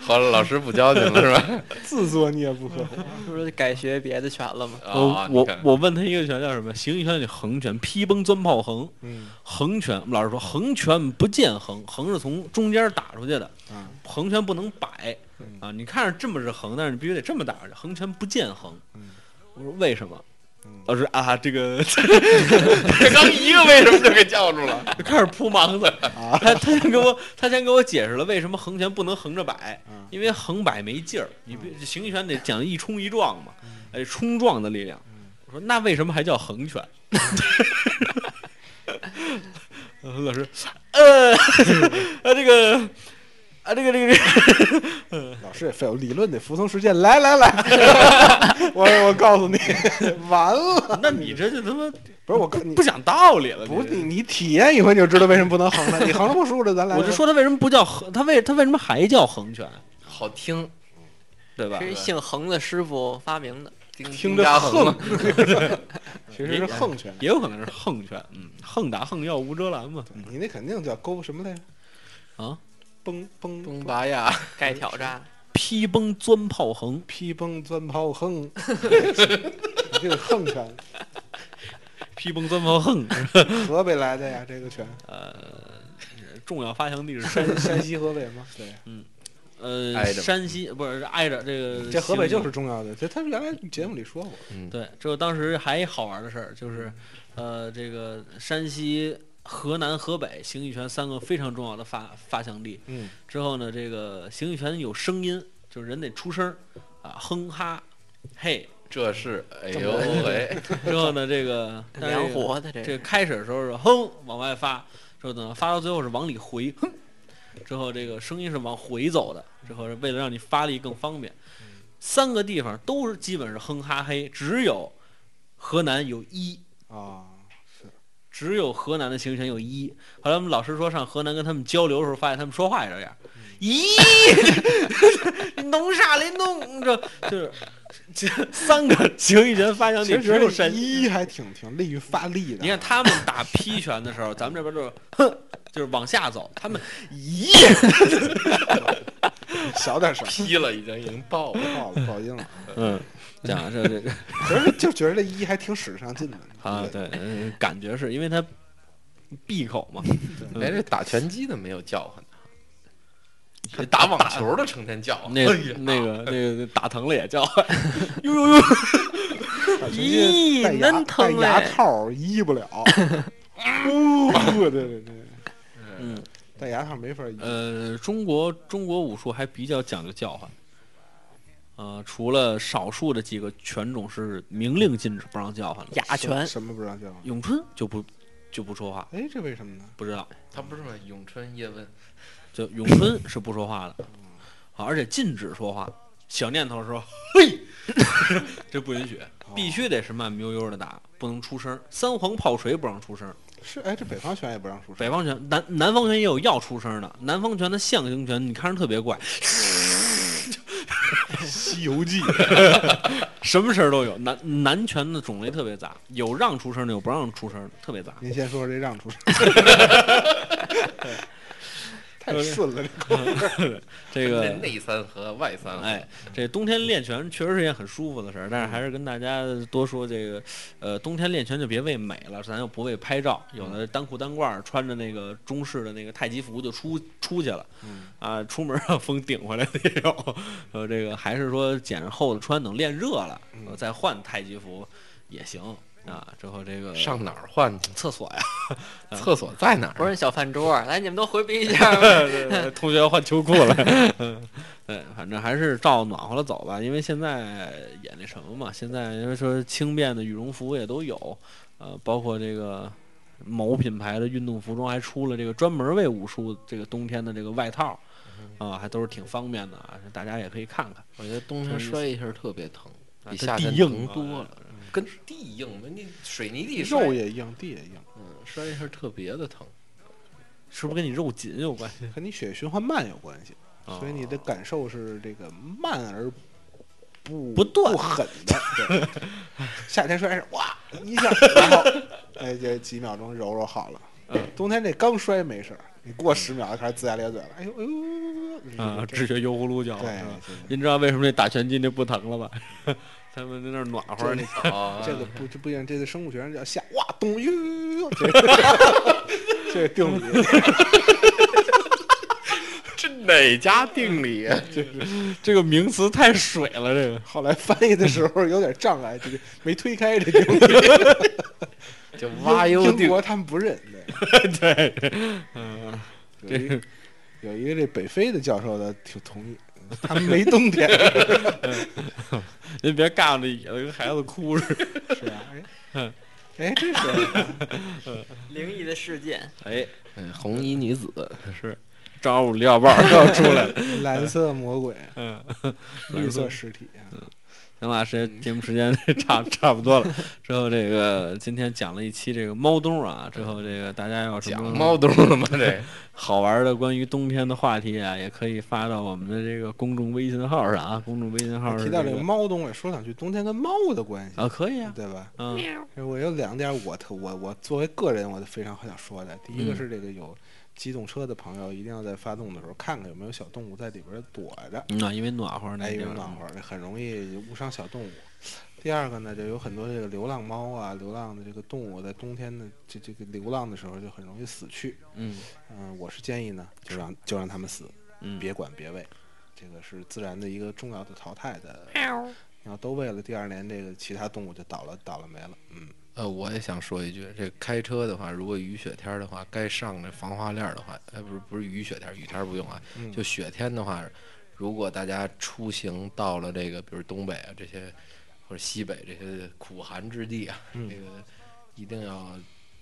好了，老师不教你了是 [laughs] 吧？自作孽不可活。是不是改学别的拳了吗？啊我我你看我问他一个拳叫什么？形意拳里横拳，劈崩钻炮横。嗯横拳，我们老师说横拳不见横，横是从中间打出去的，啊，横拳不能摆嗯啊。你看着这么是横，但是你必须得这么打出去，横拳不见横。嗯我说为什么嗯？老师啊，这个这 [laughs] 刚一个为什么就给叫住了？就 [laughs] 开始扑盲子，[laughs] 啊他他先给我他先给我解释了为什么横拳不能横着摆嗯，因为横摆没劲儿，你别形意拳得讲一冲一嗯撞嘛，哎，冲撞的力量。我说那为什么还叫横拳？呃 [laughs] 老师，呃， [laughs] 啊这个，啊这个这个这个，老师也废物，理论得服从实践。来来来， [laughs] 我我告诉你，完了，那你这就他妈不是我告你不讲道理了，不你你你体验一回你就知道为什么不能横了，你横了不舒服，咱来。我就说他为什么不叫横，他为他为什么还叫横拳，好听，啊对吧这？是姓横的师傅发明的。听听着扎横嘛，， [laughs] 其实是横拳。也有可能是横拳，嗯，横打横要无遮拦嘛。嗯你那肯定叫勾什么来着？啊，崩崩东拔呀，该挑 [laughs] 战，劈崩钻炮横，劈崩钻炮 [laughs] 横，你这个横拳，劈崩钻炮横，河北来的呀，这个拳，呃，重要发祥地是山 [laughs] 山山西河北吗？对，呃挨着山西，不是挨着这个这河北就邢是重要的，这他原来节目里说过，对，这当时还好玩的事儿就是，呃，这个山西、河南、河北形意拳三个非常重要的发发祥地。嗯，之后呢，这个形意拳有声音，就是人得出声儿啊，哼哈，嘿。这是哎呦 [laughs] 喂，之后呢，这 [laughs] 个但是凉活哎的这这个个开始的时候是哼往外发，之后等到发到最后是往里回，哼，之后这个声音是往回走的，之后是为了让你发力更方便。三个地方都是基本是哼哈嘿，只有河南有一，啊，只有河南的形拳有一。后来我们老师说上河南跟他们交流的时候，发现他们说话也这样，嗯咦， [laughs] 弄啥嘞弄？这就是这三个形意拳发祥其地实只有觉山得一还挺挺利于发力的，你看他们 [laughs] 打劈拳的时候，咱们这边就是 [laughs] 哼，就是往下走，他们咦，小点声，劈了已经已经爆了。爆了爆音了，嗯，讲这 [laughs] 这其实就觉得这一还挺使上劲的啊，对，嗯感觉是因为他闭口嘛，连这打拳击的没有叫唤的，打网球的成天叫啊哎唤，那个那个那个打疼了也 [laughs] 叫，呦呦呦，咦，戴牙嫩疼戴牙嘞套医不了， [laughs] 呜，对对对，嗯，戴牙套没法医，呃，中国中国武术还比较讲究叫唤。呃，除了少数的几个拳种是明令禁止不让叫唤的，哑拳什么不让叫？咏春就不就不说话，哎，这为什么呢？不知道。他不是吗？咏春叶问，就咏春是不说话的，啊，而且禁止说话。小念头说：“嘿， [laughs] 这不允许，必须得是慢悠悠的打，不能出声。三皇炮锤不让出声，是哎，这北方拳也不让出北声，方拳、南南方拳也有要出声的。南方拳的象形拳，你看着特别怪， 《西游记》什么声儿都有。南南拳的种类特别杂，有让出声的，有不让出声的，特别杂。 [laughs] 您先说说这让 [laughs] 出声，太顺 [laughs] 了，这这个分内三合外三合，哎，这冬天练拳确实是一件很舒服的事儿，但是还是跟大家多说这个，呃，冬天练拳就别为美了，咱又不为拍照，有的单裤单褂儿穿着那个中式的那个太极服就出出去了，啊，出门让风顶回来的也有，呃，这个还是说捡着厚的穿，等练热了、呃再换太极服也行啊。之后这个上哪儿换去？厕所呀，厕所在哪不儿？是小饭桌儿，来你们都回避一下吧。同学要换秋裤 [laughs] 了，嗯，对，反正还是照暖和了走吧，因为现在也那什么嘛，现在因为说轻便的羽绒服也都有，呃，包括这个某品牌的运动服中还出了这个专门为武术这个冬天的这个外套，嗯啊、还都是挺方便的啊，大家也可以看看，我觉得冬天摔一下特别疼，啊比它夏天地硬疼啊多了，跟地硬嘛，你水泥地摔肉也硬，地也硬，嗯摔一下特别的疼。是不是跟你肉紧有关 [laughs] 系？和你血液循环慢有关系，啊所以你的感受是这个慢而不不断狠的。对， [laughs] 夏天摔是哇一下，然后哎这几秒钟揉揉好了。冬天这刚摔没事儿，你过十秒就开始龇牙咧嘴了，哎呦哎呦啊，这只学油葫芦叫，对是吧，这您知道为什么那打拳击那不疼了吧？ [laughs] 他们在那儿暖和呢。啊这个不这不一样，这个生物学上叫下哇咚呦呦呦，这个 [laughs] 这个定理。 [laughs] 这哪家定理？啊 [laughs] 这个名词太水了，这个后来翻译的时候有点障碍，这个没推开这定理。就蛙优英定国他们不认。对 [laughs] 对，嗯、有一个有一个这北非的教授的挺同意， [laughs] 他们没冬天，您别尬着椅子跟孩子哭似的。是吧？哎，哎，真是灵异的事件，哎，嗯，红衣女子，是张五料报 [laughs] 又出来了。蓝色魔鬼，嗯， [laughs] 绿色实体啊，行了，时间节目时间 [laughs] 差差不多了。之后这个今天讲了一期这个猫冬啊，之后这个大家要有什讲么猫冬了吗？这好玩的关于冬天的话题啊，也可以发到我们的这个公众微信号上啊。公众微信号是提到这这个个猫东，我也说两句冬天跟猫的关系，啊，可以啊，对吧？嗯我有两点我特我我作为个人我非常想说的，第一个嗯是这个有机动车的朋友一定要在发动的时候看看有没有小动物在里边躲着，嗯啊，因为暖和那哎，地有方暖和，这很容易误伤小动物。第二个呢，就有很多这个流浪猫啊，流浪的这个动物在冬天的这这个流浪的时候就很容易死去。嗯嗯、我是建议呢，就让就让它们死，嗯，别管别喂，这个是自然的一个重要的淘汰的。你要都喂了，第二年这个其他动物就倒了倒了霉了。嗯，呃，我也想说一句，这开车的话，如果雨雪天儿的话，该上这防滑链儿的话，呃，不是不是雨雪天儿，雨天儿不用啊，嗯就雪天的话，如果大家出行到了这个，比如东北啊这些，或者西北这些苦寒之地啊，嗯这个一定要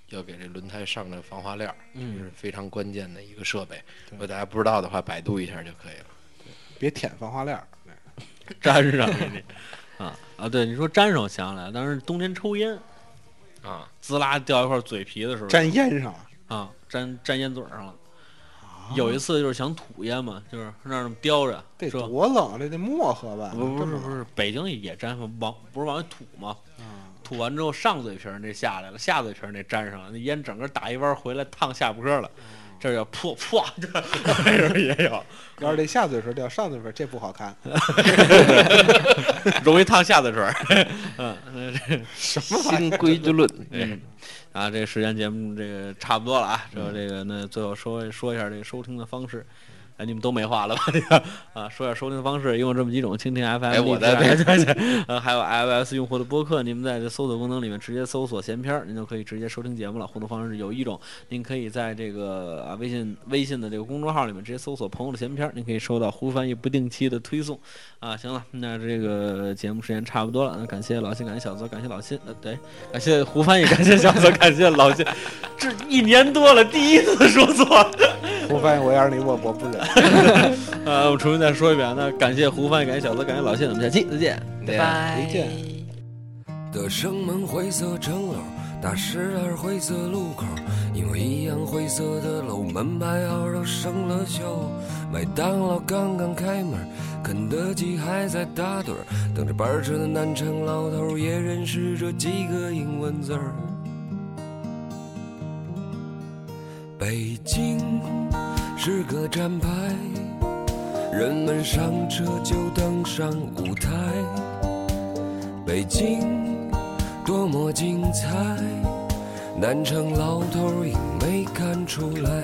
要给这轮胎上这防滑链儿，这嗯是非常关键的一个设备。对如果大家不知道的话，百度一下就可以了。别舔防滑链儿。粘上你啊啊！对，你说粘上，我想起来了，当时冬天抽烟，啊，滋啦掉一块嘴皮的时候，沾烟上了。啊，粘粘烟嘴儿上了。有一次就是想吐烟嘛，就是让人叼着，啊得说多冷啊，这得磨合吧？不不是不是，是，北京也粘上，往不是往外吐吗？啊吐完之后上嘴皮儿那下来了，下嘴皮儿那粘上了，那烟整个打一弯回来烫下巴颏了，哦这叫 [laughs] 破破，这那时候也有，要是这下嘴唇掉上嘴唇，这不好看。 [laughs] 容易烫下嘴唇儿。 [laughs] 嗯，那这新规矩论，对，啊，这个时间节目这个差不多了啊，之嗯后这个那最后说说一下这个收听的方式。哎，你们都没话了吧？ [laughs] 这个啊，说一下收听方式，一共这么几种：蜻蜓 FM、哎我在的那 [laughs] 呃，还有 iOS 用户的播客，你们在这搜索功能里面直接搜索“闲篇儿”，您就可以直接收听节目了。互动方式有一种，您可以在这个啊微信微信的这个公众号里面直接搜索“朋友的闲篇儿”，您可以收到胡翻译不定期的推送。啊，行了，那这个节目时间差不多了，那感谢老辛，感谢小泽，感谢老辛，呃，对，感谢胡翻译，感谢小泽，感谢老辛，这一年多了，第一次说错。 [laughs] 我发现我要是你，我我不忍。呃，我重新再说一遍，那感谢胡翻译，感谢小泽，感谢老辛，我们下期再见。拜对呀拜。再见的生门灰色城楼，大石栏灰色路口，因为一样灰色的楼，门牌号都生了锈。麦当劳刚刚开门，肯德基还在打盹儿，等着班车的南城老头儿也认识这几个英文字儿。北京是个站牌，人们上车就登上舞台。北京多么精彩，南城老头儿也没看出来。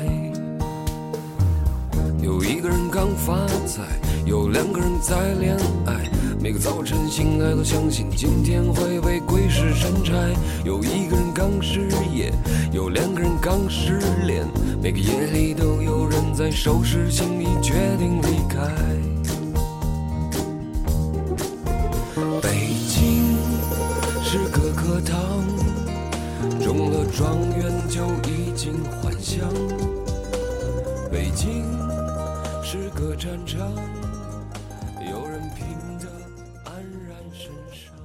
有一个人刚发财，有两个人在恋爱，每个早晨醒来都相信今天会被鬼使神差。有一个人刚失业，有两个人刚失恋，每个夜里都有人在收拾行李决定离开。北京是个课堂，中了状元就衣锦还乡。北京是个战场，有人拼得黯然神伤。